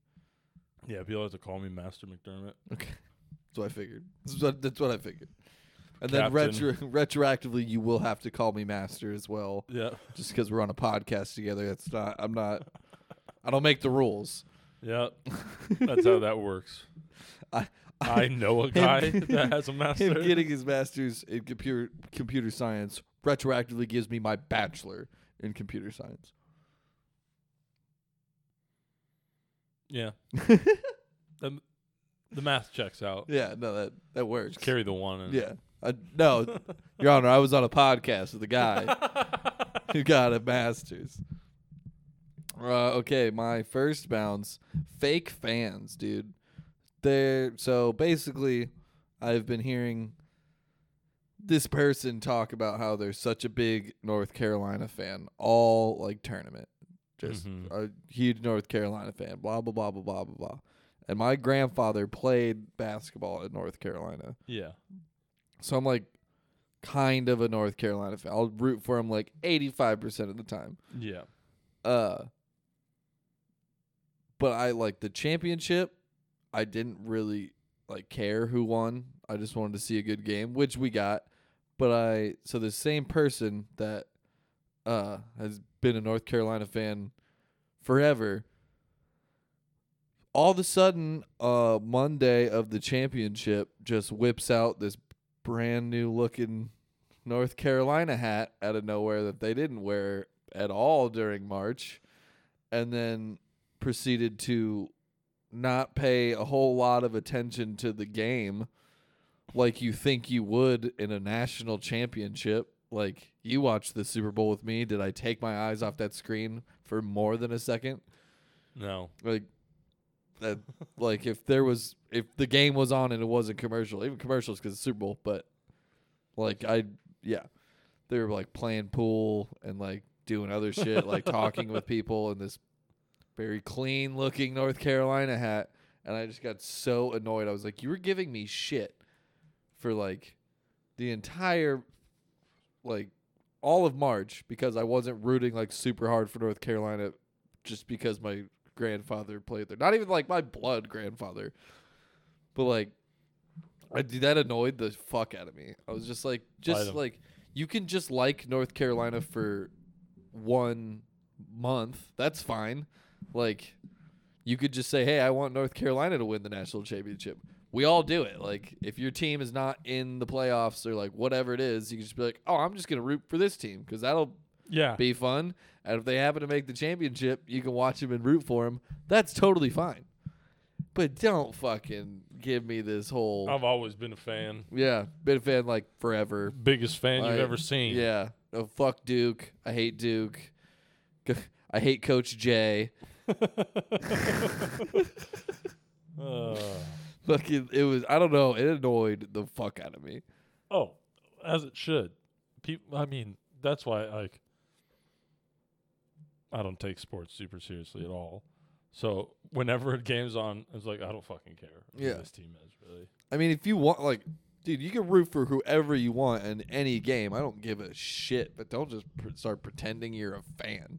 Yeah, people like to call me Master McDermott. That's what I figured. That's what, that's what I figured. And then retro- Captain. retroactively, you will have to call me master as well, Yeah, just because we're on a podcast together. That's not. I'm not. I don't make the rules. yeah, that's how that works. I- I know a guy that has a master. Him getting his master's in computer computer science retroactively gives me my bachelor in computer science. yeah, the, the math checks out. Yeah, no, that that works. Just carry the one. And Yeah, I, no, Your Honor, I was on a podcast with a guy who got a master's. Uh, okay, my first bounce, fake fans, dude. They're so basically, I've been hearing this person talk about how they're such a big North Carolina fan, all like tournament, just Mhm. a huge North Carolina fan. Blah blah blah blah blah blah blah. And my grandfather played basketball at North Carolina. yeah. So I'm like kind of a North Carolina fan. I'll root for him like 85% of the time. Yeah. Uh but I like the championship. I didn't really like care who won. I just wanted to see a good game, which we got. But I so the same person that uh has been a North Carolina fan forever all of a sudden uh Monday of the championship just whips out this brand new looking North Carolina hat out of nowhere that they didn't wear at all during March and then proceeded to not pay a whole lot of attention to the game like you think you would in a national championship. Like you watched the Super Bowl with me. Did I take my eyes off that screen for more than a second? No. Like that like if there was if the game was on and it wasn't commercial, even commercials because it's Super Bowl, but like I yeah. They were like playing pool and like doing other shit, like talking with people in this very clean looking North Carolina hat. And I just got so annoyed. I was like, You were giving me shit for like the entire like all of March because I wasn't rooting like super hard for North Carolina just because my grandfather played there. Not even like my blood grandfather, but like I dude, that annoyed the fuck out of me. I was just like, just 'em. like you can just like North Carolina for one month. That's fine. Like you could just say, hey, I want North Carolina to win the national championship. We all do it. Like if your team is not in the playoffs or like whatever it is, you can just be like, oh, I'm just gonna root for this team because that'll Yeah. be fun. And if they happen to make the championship, you can watch them and root for them. That's totally fine. But don't fucking give me this whole I've always been a fan. yeah, been a fan like forever. Biggest fan Like, you've ever seen. Yeah, oh, fuck Duke. I hate Duke. I hate Coach Jay. Uh, Fucking, it was. I don't know. It annoyed the fuck out of me. oh, as it should. People. I mean, that's why like I don't take sports super seriously at all. So whenever a game's on, it's like I don't fucking care who Yeah. this team is really. I mean, if you want, like, dude, you can root for whoever you want in any game. I don't give a shit, but don't just pr- start pretending you're a fan,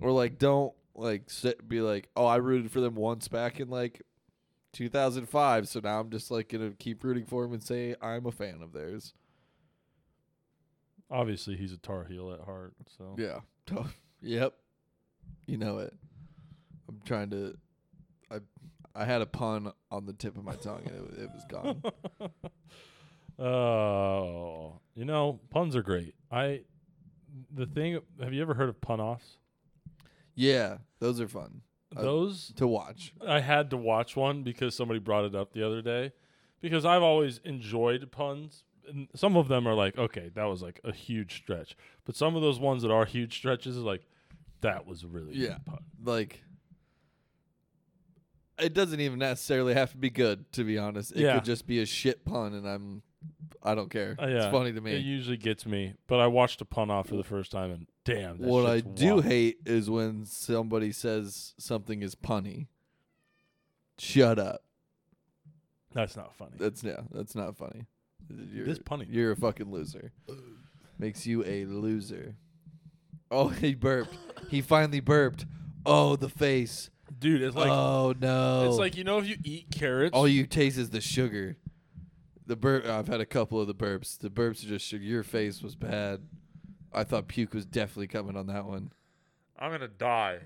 or like, don't like sit, be like, oh, I rooted for them once back in like 2005, so now I'm just like gonna keep rooting for them and say I'm a fan of theirs. Obviously, he's a Tar Heel at heart. So Yeah. yep. You know it. I'm trying to. I I had a pun on the tip of my tongue and it, it was gone. Oh, you know, puns are great. I the thing. Have you ever heard of pun offs? Yeah, those are fun Uh, Those to watch. I had to watch one because somebody brought it up the other day. Because I've always enjoyed puns. And some of them are like, okay, that was like a huge stretch. But some of those ones that are huge stretches are like, that was a really Yeah. good pun. like it doesn't even necessarily have to be good, to be honest. It Yeah. could just be a shit pun, and I'm, I don't care. Uh, yeah. It's funny to It me. usually gets me, but I watched a pun off for the first time, and damn, that What I shit's do wild. hate is when somebody says something is punny. Shut up. That's not funny. That's no, that's not funny. You're, This punny. You're a fucking loser. Makes you a loser. Oh, he burped. He finally burped. Oh, the face. Dude, it's like oh no. it's like you know if you eat carrots, all you taste is the sugar. The burp. I've had a couple of the burps. The burps are just sugar. Your face was bad. I thought puke was definitely coming on that one. I'm gonna die.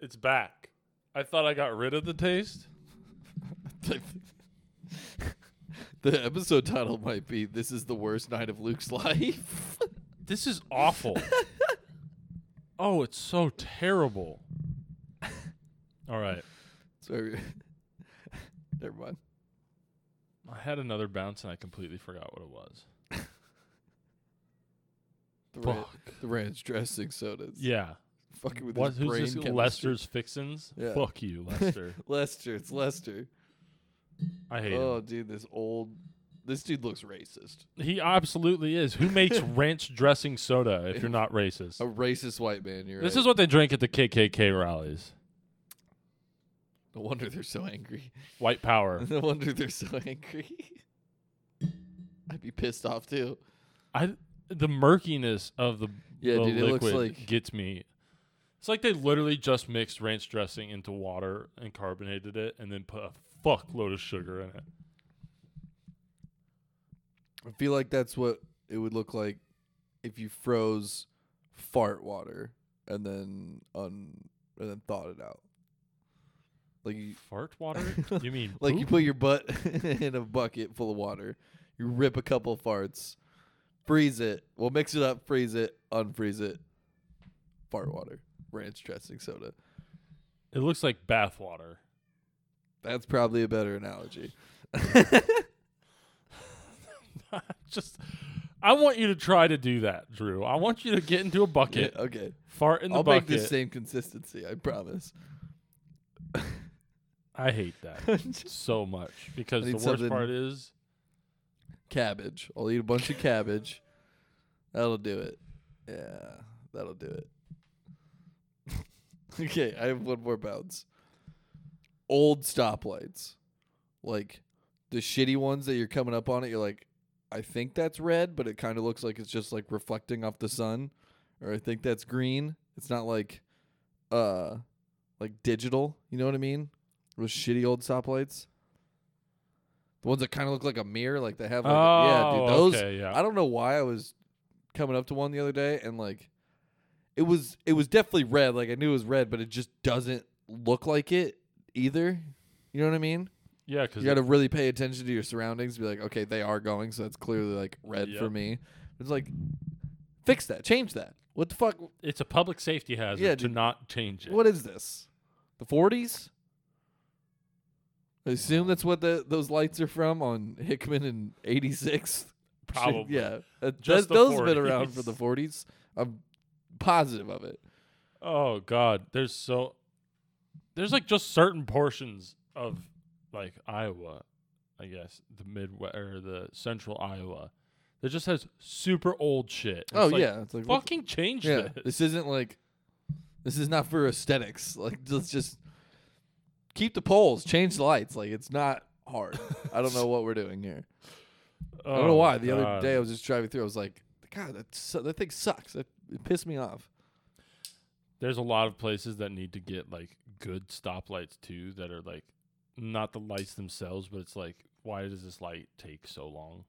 It's back. I thought I got rid of the taste. the episode title might be "This is the worst night of Luke's life." This is awful. oh, it's so terrible. All right. Sorry. Never mind. I had another bounce and I completely forgot what it was. The, ran- the ranch dressing sodas. Yeah. Fucking with What, his who's brain this? chemistry. Lester's Fixins? Yeah. Fuck you, Lester. Lester. It's Lester. I hate him. Oh, dude, this old. This dude looks racist. He absolutely is. Who makes ranch dressing soda if you're not racist? A racist white man. You're. This right. is what they drink at the KKK rallies. No wonder they're so angry. White power. No wonder they're so angry. I'd be pissed off too. I the murkiness of the, Yeah, the dude, it looks liquid like- gets me. It's like they literally just mixed ranch dressing into water and carbonated it and then put a fuckload of sugar in it. I feel like that's what it would look like if you froze fart water and then un and then thawed it out. Like you Fart water? you mean like you poop? put your butt in a bucket full of water, you rip a couple farts, freeze it, well mix it up, freeze it, unfreeze it, fart water, ranch dressing soda. it looks like bath water. That's probably a better analogy. just I want you to try to do that, Drew. I want you to get into a Okay, bucket, okay. fart in the I'll bucket. make this same consistency, I promise. I hate that so much because the I need worst something- part is cabbage. I'll eat a bunch of cabbage. That'll do it. Yeah, that'll do it. okay, I have one more bounce. Old stoplights. Like the shitty ones that you're coming up on it, you're like, I think that's red, but it kind of looks like it's just like reflecting off the sun. Or I think that's green. It's not like uh like digital, you know what I mean? Those shitty old stoplights. The ones that kind of look like a mirror, like they have like yeah, Oh, dude, those okay, yeah. I don't know why I was coming up to one the other day and like it was it was definitely red, like I knew it was red, but it just doesn't look like it either. You know what I mean? yeah, because You got to really pay attention to your surroundings. Be like, okay, they are going, so that's clearly like red for Yep. me. It's like, fix that, change that. What the fuck? it's a public safety hazard Yeah, to dude. not change it. What is this? The forties? I assume that's what the, those lights are from on Hickman and eighty sixth. Probably. yeah. Uh, Just that- the those have been around 40s. for the forties. I'm positive of it. Oh God, there's so there's like just certain portions of like Iowa, I guess the Midwest or the Central Iowa that just has super old shit. It's oh like, yeah, it's like what fucking change the- yeah. this. This isn't like, this is not for aesthetics. Like let's just keep the poles, change the lights. Like it's not hard. I don't know what we're doing here. I don't know Oh, why. The other God. day I was just driving through. I was like, God, that su- that thing sucks. That, it pissed me off. there's a lot of places that need to get like good stoplights too that are like not the lights themselves, but it's like why does this light take so long?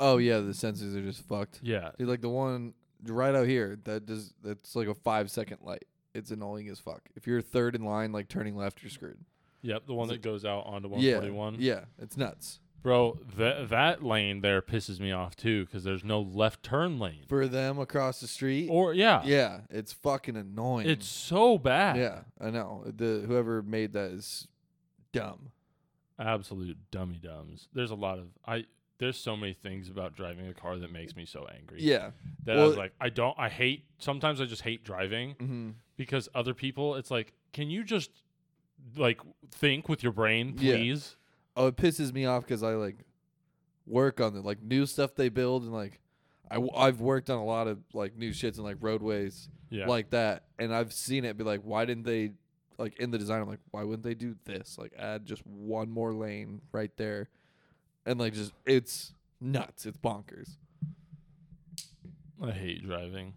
Oh yeah, the sensors are just fucked. Yeah, Dude, like the one right out here that does that's like a five second light. It's annoying as fuck. If you're third in line, like turning left, you're screwed. yep, the one Is that it- goes out onto yeah, 141. yeah, it's nuts. Bro, that that lane there pisses me off too because there's no left turn lane. For them across the street, Or Oh, yeah, yeah, it's fucking annoying. it's so bad. yeah, I know. The whoever made that is dumb. absolute dummy dumbs. There's a lot of I. There's so many things about driving a car that makes me so angry. Yeah, that I well- was like, I don't. I hate. Sometimes I just hate driving mm-hmm. because other people. It's like, can you just like think with your brain, Yeah. please. Oh, it pisses me off because I like work on it, like new stuff they build, and like I w- I've worked on a lot of like new shits and like roadways Yeah. like that, and I've seen it be like, why didn't they like in the design? I'm like, why wouldn't they do this? Like add just one more lane right there, and like just it's nuts, it's bonkers. I hate driving.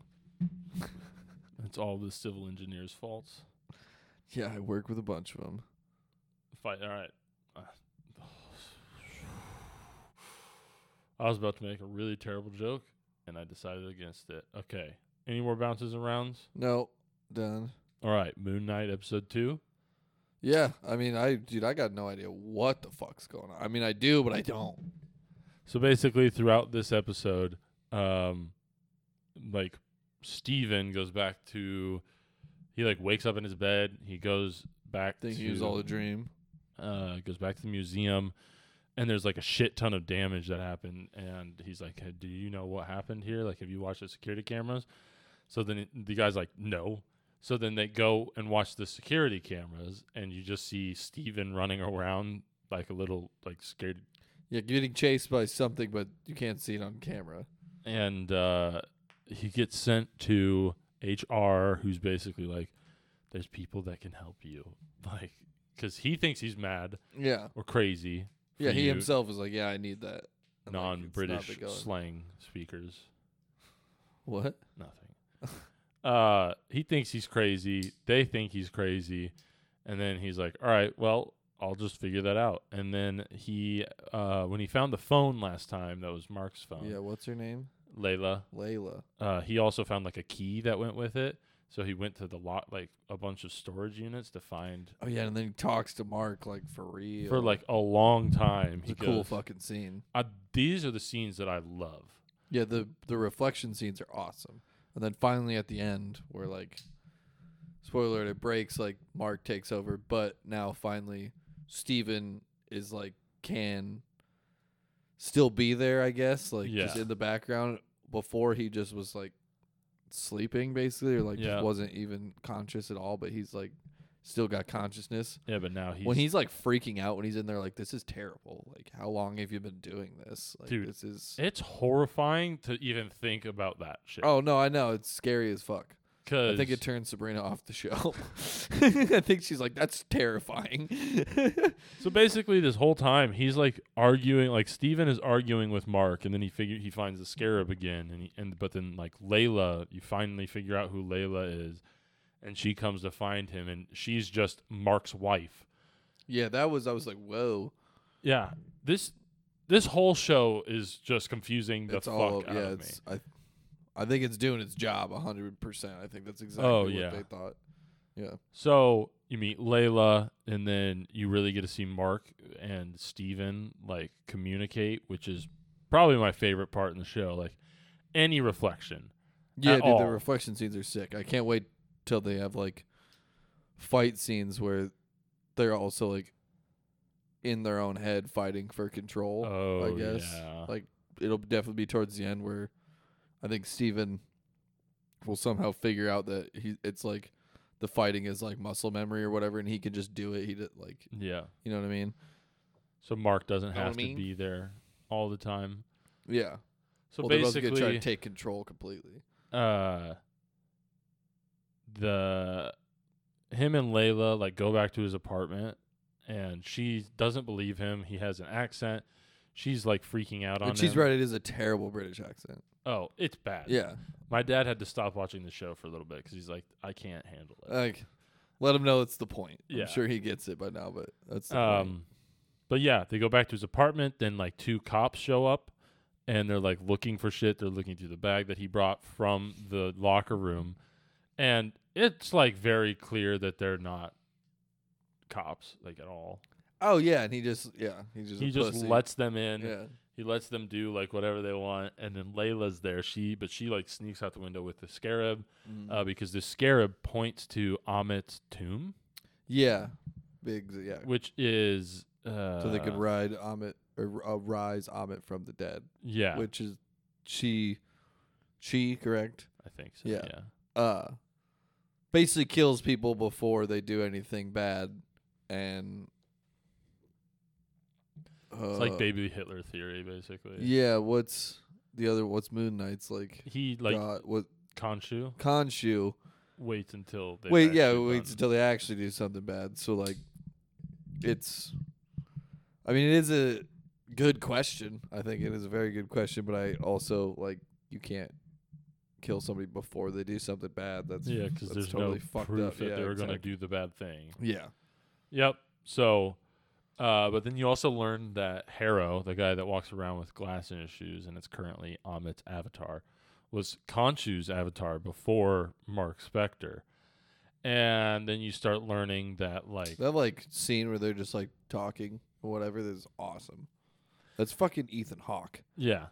it's all the civil engineers' faults. Yeah, I work with a bunch of them. Fight. All right. I was about to make a really terrible joke, and I decided against it. Okay. Any more bounces and rounds? No, done. All right. Moon Knight episode two. Yeah, I mean, I dude, I got no idea what the fuck's going on. I mean, I do, but I don't. So basically, throughout this episode, um, like Steven goes back to, he like wakes up in his bed. He goes back Think to he was all a dream. uh, goes back to the museum, and there's like a shit ton of damage that happened. And he's like, "Hey, "Do you know what happened here? Like, have you watched the security cameras?" So then it- the guy's like, "No." So then they go and watch the security cameras, and you just see Steven running around like a little like scared Yeah, getting chased by something, but you can't see it on camera. and uh, he gets sent to HR, who's basically like, "There's people that can help you," like, because he thinks he's mad Yeah, or crazy. for yeah. He you himself is like, yeah, I need that. And, like, it's not non-British been going. slang speakers, what? nothing. uh, he thinks he's crazy. They think he's crazy, and then he's like, "All right, well." I'll just figure that out. And then he, uh, when he found the phone last time, that was Mark's phone, Yeah, what's her name? Layla, Layla. uh, he also found like a key that went with it. So he went to the lot, like a bunch of storage units to find Oh yeah, and then he talks to Mark like for real. for like a long time. it's He a cool goes, fucking scene. "Uh, these are the scenes that I love. Yeah, the the reflection scenes are awesome. And then finally at the end, where like, spoiler alert, it breaks. Like Mark takes over, but now finally Steven is like can still be there, I guess, like just Yeah. in the background. Before he just was like sleeping basically, or like Yeah. just wasn't even conscious at all. But he's like still got consciousness. Yeah, but now he's, when he's like freaking out when he's in there, like this is terrible. Like how long have you been doing this? Like Dude, this is. it's horrifying to even think about that shit. Oh no, I know it's scary as fuck. Cause I think it turned Sabrina off the show. I think she's like, that's terrifying. so basically this whole time he's like arguing, like Steven is arguing with Mark, and then he figure he finds the scarab again, and he, and but then like Layla, you finally figure out who Layla is, and she comes to find him, and she's just Mark's wife. yeah, that was, I was like, whoa. Yeah. This this whole show is just confusing the it's fuck all, out yeah, of me. it's, I, I think it's doing its job 100%. I think that's exactly Oh, what yeah. they thought. Yeah. So you meet Layla and then you really get to see Mark and Steven like communicate, which is probably my favorite part in the show. Like any reflection. Yeah, At dude, all. the reflection scenes are sick. I can't wait till they have like fight scenes where they're also like in their own head fighting for control. Oh I guess. yeah. Like it'll definitely be towards the end where I think Steven will somehow figure out that he it's like the fighting is like muscle memory or whatever and he can just do it. He did like yeah. you know what I mean? So Mark doesn't Know what I have to mean? be there all the time. Yeah. So well, they're both gonna try basically to take control completely. uh the him and Layla like go back to his apartment and she doesn't believe him. He has an accent. She's like freaking out on And she's him. right, it is a terrible British accent. Oh, it's bad. Yeah. My dad had to stop watching the show for a little bit cuz he's like I can't handle it. Like let him know it's the point. Yeah. I'm sure he gets it by now, but that's the point. um but yeah, they go back to his apartment, then like two cops show up and they're like looking for shit. They're looking through the bag that he brought from the locker room. And it's like very clear that they're not cops like at all. Oh yeah, and he just yeah, he just he a just pussy. lets them in. uh, yeah. He lets them do like whatever they want, and then Layla's there. She but she like sneaks out the window with the scarab Mm. uh, because the scarab points to Amit's tomb, yeah. Big yeah. which is uh, so they could ride Amit or uh, rise Amit from the dead, yeah, which is she, she correct. I think so. Yeah, yeah. Uh, basically kills people before they do anything bad and It's uh, like baby Hitler theory, basically. Yeah, what's the other? What's Moon Knight's like? He like God, what Khonshu Khonshu? waits until they Wait, yeah, waits until they actually do something bad. So like, it's. I mean, it is a good question. I think it is a very good question, but I also like you can't kill somebody before they do something bad. That's yeah, because that's there's totally no fucked proof up. that yeah, they were exactly. gonna do the bad thing. Yeah. Yep. So, uh, but then you also learn that Harrow, the guy that walks around with glass in his shoes, and it's currently Amit's avatar, was Khonshu's avatar before Mark Spector. And then you start learning that, like, That like scene where they're just like talking or whatever is awesome. That's fucking Ethan Hawke. yeah,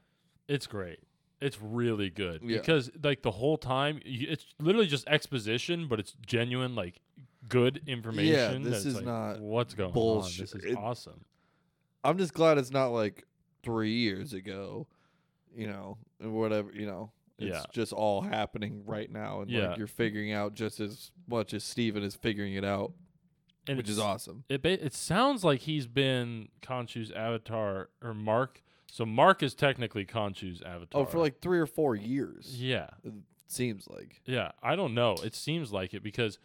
it's great. It's really good Yeah. because, like, the whole time y- it's literally just exposition, but it's genuine, like, good information. this that's is like, not what's going bullshit. on. This is It- awesome. I'm just glad it's not like three years ago, you know, or whatever, you know. It's Yeah. just all happening right now and Yeah. like you're figuring out just as much as Steven is figuring it out, And which it's- is awesome. it ba- it sounds like he's been Khonshu's avatar or Mark. So Mark is technically Khonshu's avatar. Oh, for like three or four years. yeah, Seems like yeah. I don't know. It seems like it because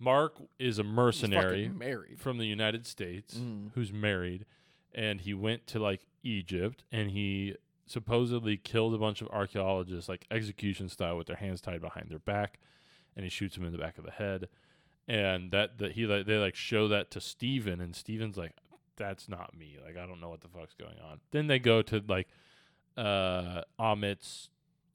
Mark is a He's mercenary fucking married. from the United States Mm. who's married, and he went to like Egypt and he supposedly killed a bunch of archaeologists like execution style with their hands tied behind their back, and he shoots him in the back of the head, and that that he like they like show that to Steven and Steven's like that's not me like I don't know what the fuck's going on. Then they go to like uh Amit's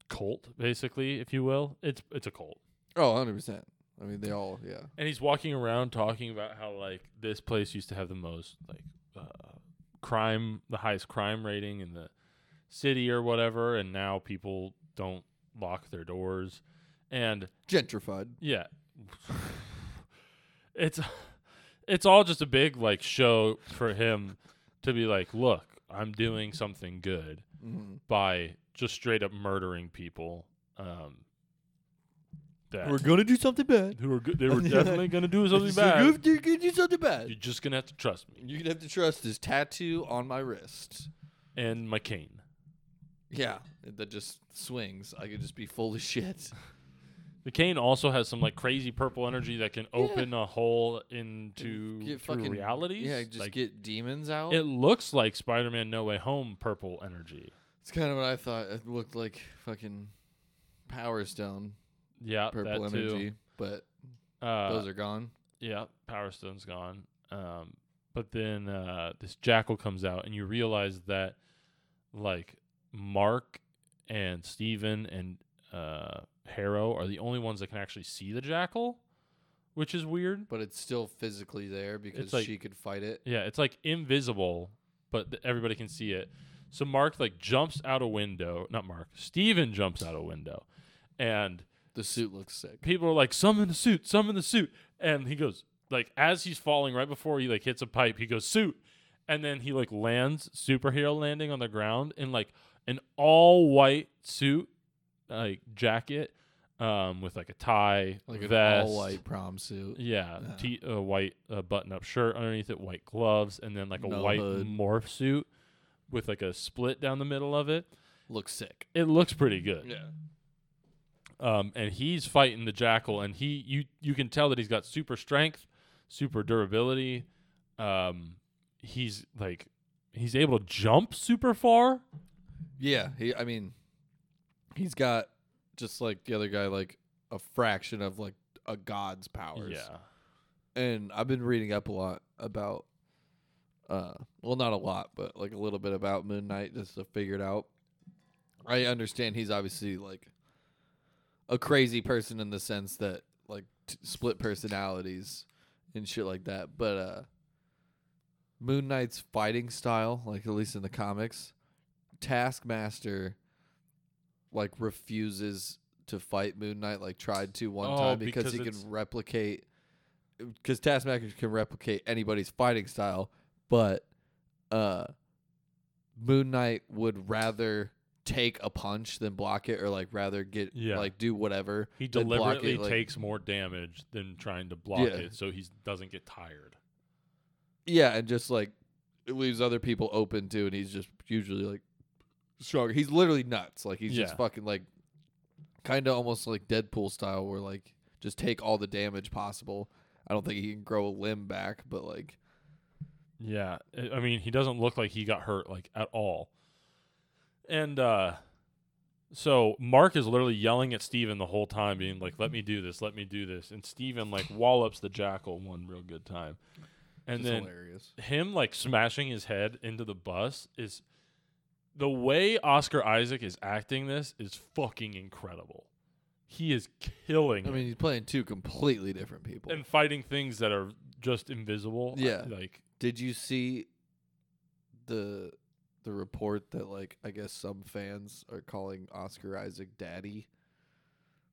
cult basically if you will it's it's a cult Oh, 100 percent. I mean, they all yeah. and he's walking around talking about how like this place used to have the most like uh, crime, the highest crime rating in the city or whatever, and now people don't lock their doors. And Gentrified. yeah, it's it's all just a big like show for him to be like, look, I'm doing something good Mm-hmm. by just straight up murdering people. Um, that We're gonna do something bad. who are good. They were definitely gonna do something bad. You're gonna do something bad. You're just gonna have to trust me. You'd have to trust this tattoo on my wrist. And my cane. Yeah, that just swings. I could just be full of shit. The cane also has some like crazy purple energy that can open a hole into Get through fucking- realities. Yeah, just Like, get demons out. it looks like Spider-Man No Way Home purple energy. it's kind of what I thought. It looked like fucking Power Stone Yeah, purple that energy, but too. Uh, those are gone. yeah, Power Stone's gone. Um, but then uh, this jackal comes out, and you realize that like Mark and Steven and uh, Harrow are the only ones that can actually see the jackal, which is weird. But it's still physically there because like- she could fight it. Yeah, it's like invisible, but th- everybody can see it. So Mark like jumps out a window. Not Mark. Steven jumps out a window, and The suit looks sick. people are like, "Summon the suit! Summon the suit!" And he goes like, as he's falling, right before he like hits a pipe, he goes suit, and then he like lands superhero landing on the ground in like an all white suit, like jacket, um, with like a tie, Like vest, an all white prom suit. yeah, Yeah. T- a white uh, button-up shirt underneath it, white gloves, and then like a No white hood. morph suit with like a split down the middle of it. Looks sick. It looks pretty good. Yeah. Um, and he's fighting the jackal, and he you you can tell that he's got super strength, super durability. Um, he's like he's able to jump super far. Yeah, he. I mean, he's got just like the other guy, like a fraction of like a god's powers. Yeah, and I've been reading up a lot about, uh, well, not a lot, but like a little bit about Moon Knight just to figure it out. I understand he's obviously like a crazy person in the sense that like t- split personalities and shit like that, but uh, Moon Knight's fighting style, like at least in the comics, Taskmaster like refuses to fight Moon Knight, like tried to one Oh, time because, because he it's- can replicate because Taskmaster can replicate anybody's fighting style, but uh Moon Knight would rather take a punch than block it or like rather get Yeah. like do whatever. he than block deliberately it, like- takes more damage than trying to block Yeah. it, so he doesn't get tired. Yeah, and just like it leaves other people open too, and he's just usually like stronger. He's literally nuts. Like he's Yeah. just fucking like kind of almost like Deadpool style, where like just take all the damage possible. I don't think he can grow a limb back, but like Yeah, I- I mean, he doesn't look like he got hurt like at all. And uh so Mark is literally yelling at Steven the whole time being like let me do this, let me do this. And Steven like wallops the jackal one real good time. And just then hilarious. him like smashing his head into the bus is the way Oscar Isaac is acting this is fucking incredible. He is killing I it mean, he's playing two completely different people. and fighting things that are just invisible. I- Yeah. like Did you see the the report that like I guess some fans are calling Oscar Isaac daddy?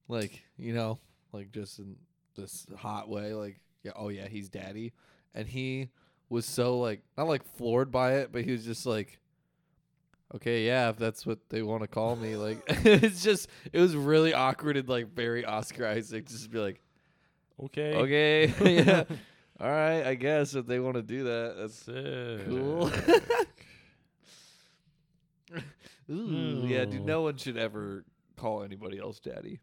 Like, you know, like just in this hot way, like yeah, oh yeah, he's daddy. And he was so like not like floored by it, but he was just like Okay, yeah, if that's what they want to call me, like it's just it was really awkward and like very Oscar Isaac just to be like, okay. Okay, yeah. All right, I guess if they want to do that, that's Sick. cool. Ooh, yeah, dude, Ooh. no one should ever call anybody else daddy.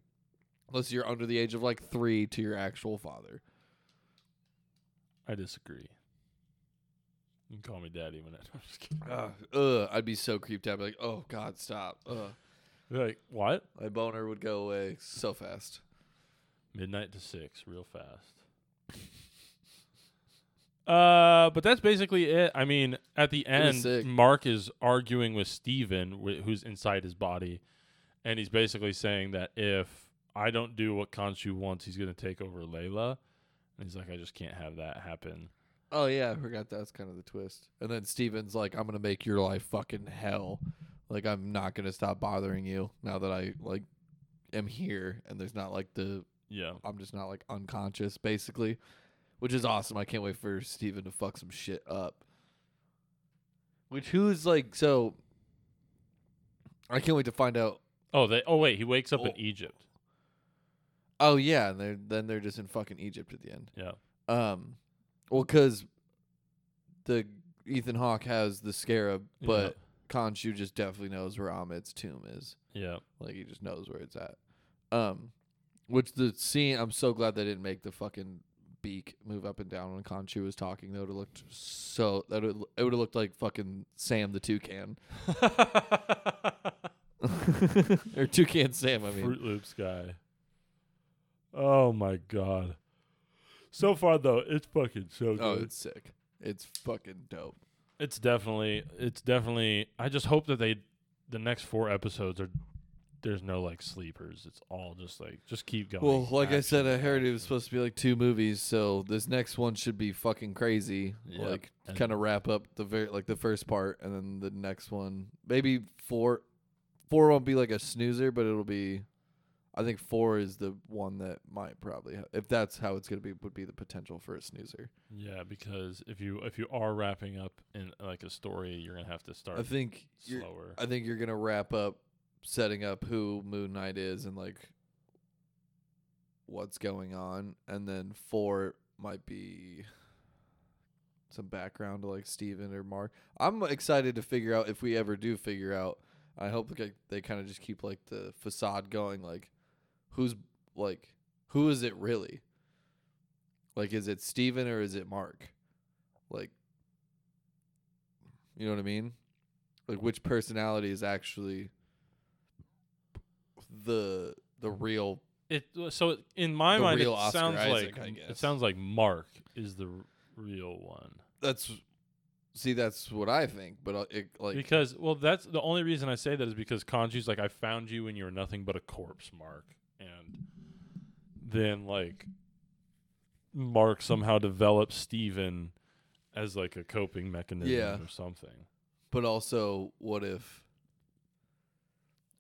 Unless you're under the age of like three to your actual father. I disagree. You can call me daddy when I, I'm just kidding. Ugh, ugh, I'd be so creeped out. I'd be like, oh, God, stop. Ugh. They're like what? My boner would go away so fast. Midnight to six, real fast. Uh, but that's basically it. I mean, at the It was end, sick. Mark is arguing with Steven, wh- who's inside his body, and he's basically saying that if I don't do what Khonshu wants, he's going to take over Layla. And he's like, I just can't have that happen. Oh, yeah, I forgot that's kind of the twist. And then Steven's like, I'm going to make your life fucking hell. Like, I'm not going to stop bothering you now that I, like, am here and there's not, like, the Yeah. I'm just not like unconscious basically, which is awesome. I can't wait for Steven to fuck some shit up. Which who's like so I can't wait to find out. Oh, they. Oh, wait. He wakes up in Oh. Egypt. Oh yeah, and they're then they're just in fucking Egypt at the end. Yeah. Um well cuz the Ethan Hawke has the scarab, but Khonshu just definitely knows where Ahmed's tomb is. Yeah. Like he just knows where it's at. Um, which the scene I'm so glad they didn't make the fucking beak move up and down when Conchu was talking. That would have looked so that would it would have looked like fucking Sam the toucan yeah. or toucan Sam. I mean, Fruit Loops guy. Oh my god. So far though, it's fucking so good. oh, it's, it's sick. It's fucking dope. definitely it's definitely I just hope that they the next four episodes are there's no like sleepers. It's all just like just keep going. Well, like I Action, said, I heard it action. was supposed to be like two movies, so this next one should be fucking crazy. Yep. Like, And- kind of wrap up the very like the first part, and then the next one, maybe four. Four won't be like a snoozer, but it'll be. I think four is the one that might probably, ha- if that's how it's gonna be, would be the potential for a snoozer. Yeah, because if you if you are wrapping up in like a story, you're gonna have to start I think you're, slower. I think you're gonna wrap up setting up who Moon Knight is and like what's going on, and then four might be some background to like Steven or Mark. I'm excited to figure out if we ever do figure out. I hope like they kind of just keep like the facade going, like who's like who is it really? Like is it Steven or is it Mark? Like you know what I mean? Like which personality is actually the the real it so it, in my The mind it real Oscar sounds Isaac, like I it guess. sounds like Mark is the r- real one. that's see that's what I think, but uh, it like because well, that's the only reason I say that is because Kanji's like I found you and you're nothing but a corpse, Mark, and then like Mark somehow develops Steven as like a coping mechanism Yeah. or something. but also what if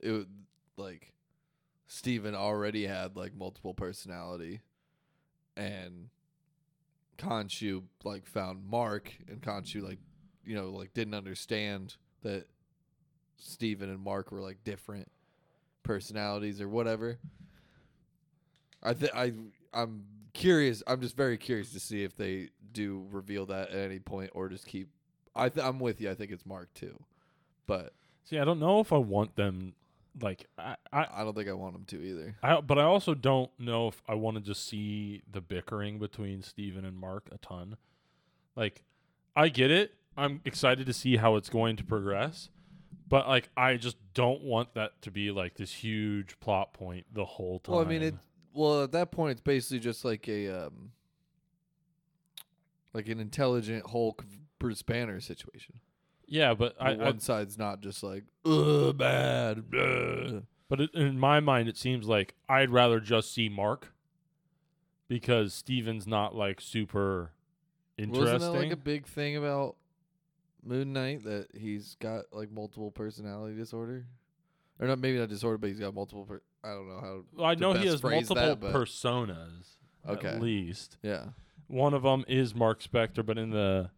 it would, like Steven already had like multiple personality and Khonshu like found Mark and Khonshu like you know like didn't understand that Steven and Mark were like different personalities or whatever. I th- I I'm curious. I'm just very curious to see if they do reveal that at any point or just keep. I th- I'm with you. I think it's Mark too, but See, I don't know if I want them. Like, I, I, I don't think I want him to either. I but I also don't know if I want to just see the bickering between Steven and Mark a ton. Like, I get it. I'm excited to see how it's going to progress. But like I just don't want that to be like this huge plot point the whole time. Well, I mean, it. Well, at that point, it's basically just like a um, like an intelligent Hulk v- Bruce Banner situation. Yeah, but I, Where I one side's not just like ugh, bad. ugh." but it, in my mind it seems like I'd rather just see Mark because Steven's not like super interesting. Wasn't that like a big thing about Moon Knight that he's got like multiple personality disorder, or not? Maybe not disorder, but he's got multiple. Per- I don't know how. Well, I to know he best has phrase multiple that, but- personas. Okay. At least. Yeah. one of them is Mark Spector, but in the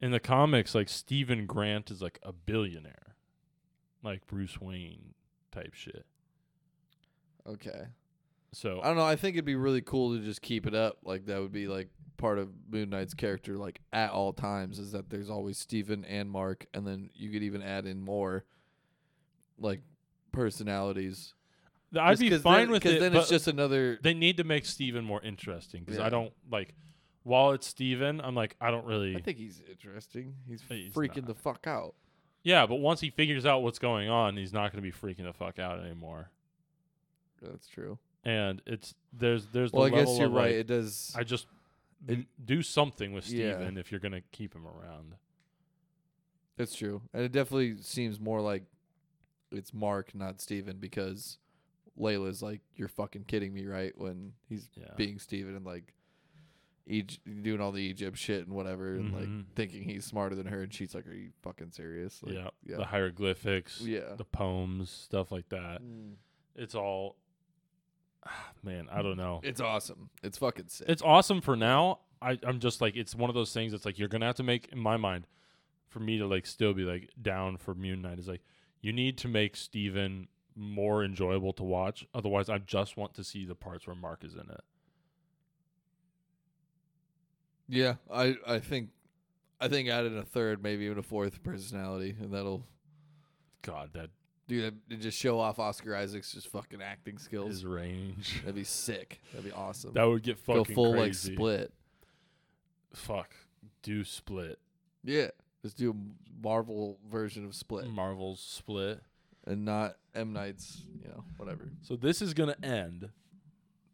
in the comics, like Stephen Grant is like a billionaire, like Bruce Wayne type shit. Okay. So I don't know. I think it'd be really cool to just keep it up. Like that would be like part of Moon Knight's character, like at all times, is that there's always Steven and Mark, and then you could even add in more, like personalities. th- I'd Just be 'cause fine then, with 'cause it. Then but it's just another. they need to make Steven more interesting because Yeah. I don't like while it's Steven, I'm like I don't really. I think he's interesting. He's, He's freaking not. the fuck out. yeah, but once he figures out what's going on, he's not going to be freaking the fuck out anymore. That's true. And it's there's there's Well, I the guess level you're of, right. like, it does. I just It- do something with Yeah. Steven if you're going to keep him around. That's true. And it definitely seems more like it's Mark, not Steven, because Layla's like, you're fucking kidding me, right? When he's Yeah. being Steven and like Egy- doing all the Egypt shit and whatever and Mhm. like thinking he's smarter than her. And she's like, are you fucking serious? Like, yeah, Yeah. the hieroglyphics, yeah. the poems, stuff like that. Mm. It's all, man, I don't know. It's awesome. It's fucking sick. It's awesome for now. I, I'm just like, it's one of those things that's like, you're going to have to make, in my mind, for me to like still be like down for Moon Knight is like, you need to make Steven more enjoyable to watch. Otherwise, I just want to see the parts where Mark is in it. yeah. I, I think. I think add in a third, maybe even a fourth personality, and that'll God, that do that. and Just show off Oscar Isaac's just fucking acting skills. is range. That'd be sick. That'd be awesome. That would get go fucking full like crazy. split. Fuck, do split. Yeah, just do a Marvel version of Split Marvel's split. and not M Night's. You know, whatever. So this is gonna end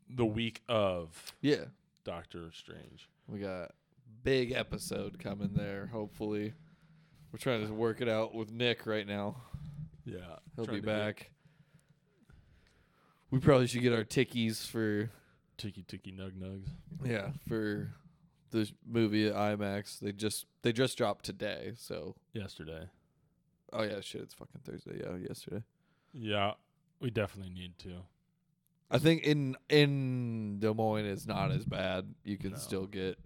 the week of Yeah, Doctor Strange. we got big episode coming there. Hopefully, we're trying to work it out with Nick right now. Yeah, He'll be back. We probably should get our tickies for Tiki tiki nug nugs. yeah for the movie at IMAX. They just they just dropped today. So Yesterday. oh yeah, shit, it's fucking Thursday. Yeah, yesterday. Yeah, we definitely need to. I think in in Des Moines it's not as bad. You can No. still get.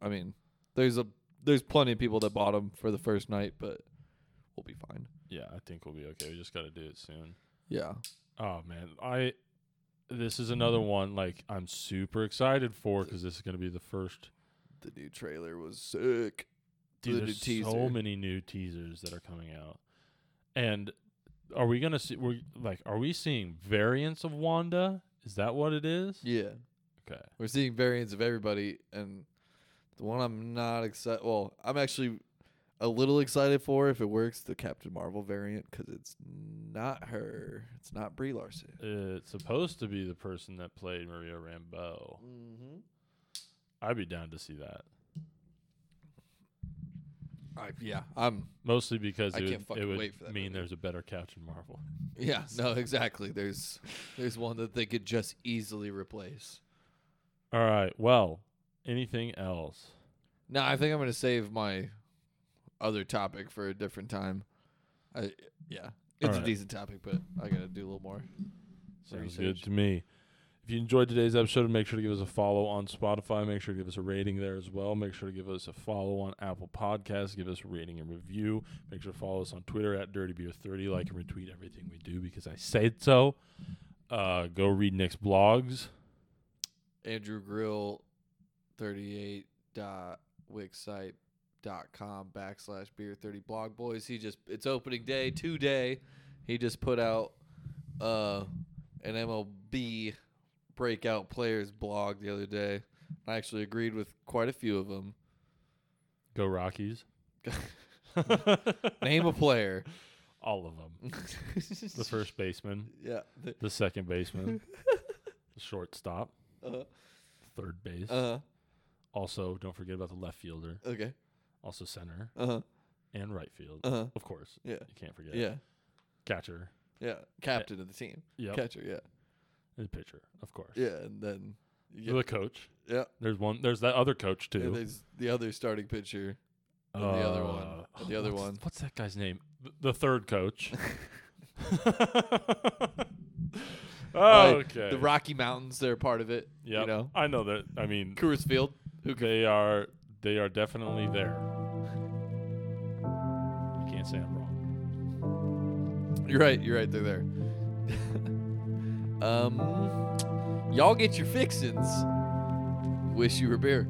I mean, there's a there's plenty of people that bought them for the first night, but we'll be fine. Yeah, I think we'll be okay. We just got to do it soon. Yeah, Oh man, I this is another one like I'm super excited for because this is gonna be the first. the new trailer was sick. The Dude, new there's so teaser. many new teasers that are coming out, and are we gonna see? We're like, are we seeing variants of Wanda? Is that what it is? Yeah, Okay. we're seeing variants of everybody, and the one I'm not excited. Well, I'm actually a little excited for if it works the Captain Marvel variant because it's not her. It's not Brie Larson. It's uh, supposed to be the person that played Maria Rambeau. Mm-hmm. I'd be down to see that. I, yeah, I'm Mostly because I it can't would, fucking it would wait for that mean movie. there's a better Captain Marvel. Yeah, no, exactly. There's there's one that they could just easily replace. All right. Well, anything else? No, I think I'm gonna save my other topic for a different time. I yeah. It's a Alright. decent topic, but I gotta do a little more. Sounds Research. good to me. If you enjoyed today's episode, make sure to give us a follow on Spotify. Make sure to give us a rating there as well. Make sure to give us a follow on Apple Podcasts. Give us a rating and review. Make sure to follow us on Twitter at DirtyBeer30. Like and retweet everything we do because I said so. Uh, go read Nick's blogs. Andrew Grill thirty eight dot wixsite.com backslash beer 30 blog boys he just it's opening day today he just put out uh an mlb breakout players blog the other day i actually agreed with quite a few of them Go Rockies. name a player All of them. The first baseman, yeah the- the second baseman, the shortstop, uh, third base. uh also, don't forget about the left fielder, okay also center uh-huh and right field. uh-huh of course, yeah you can't forget. yeah Catcher. yeah captain of the team Yep. catcher yeah and pitcher, of course. yeah and then you get- The coach. yeah There's one. There's that other coach too. And there's the other starting pitcher. and the other one. Uh, And the other what's- one. What's that guy's name? Th- The third coach. Uh, okay. The Rocky Mountains, they're part of it. Yeah. You know? I know that. I mean, Coors Field. Who could they are. They are definitely there. You can't say I'm wrong. You're right, you're right, they're there. um Y'all get your fixins. Wish you were beer.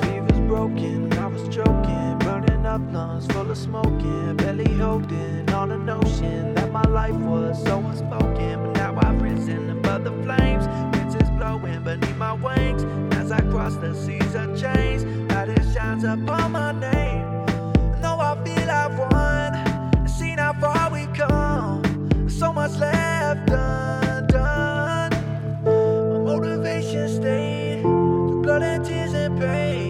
Fever's broken, I was joking, burning up lungs full of smoking, barely holding on the notion that my life was so unspoken. But now I've risen above the flames, winds is blowing beneath my wings. As I cross the seas of change, light it shines upon my name. No, I feel I've won, seen how far we've come. So much left undone. My motivation stayed through blood and tears and pain.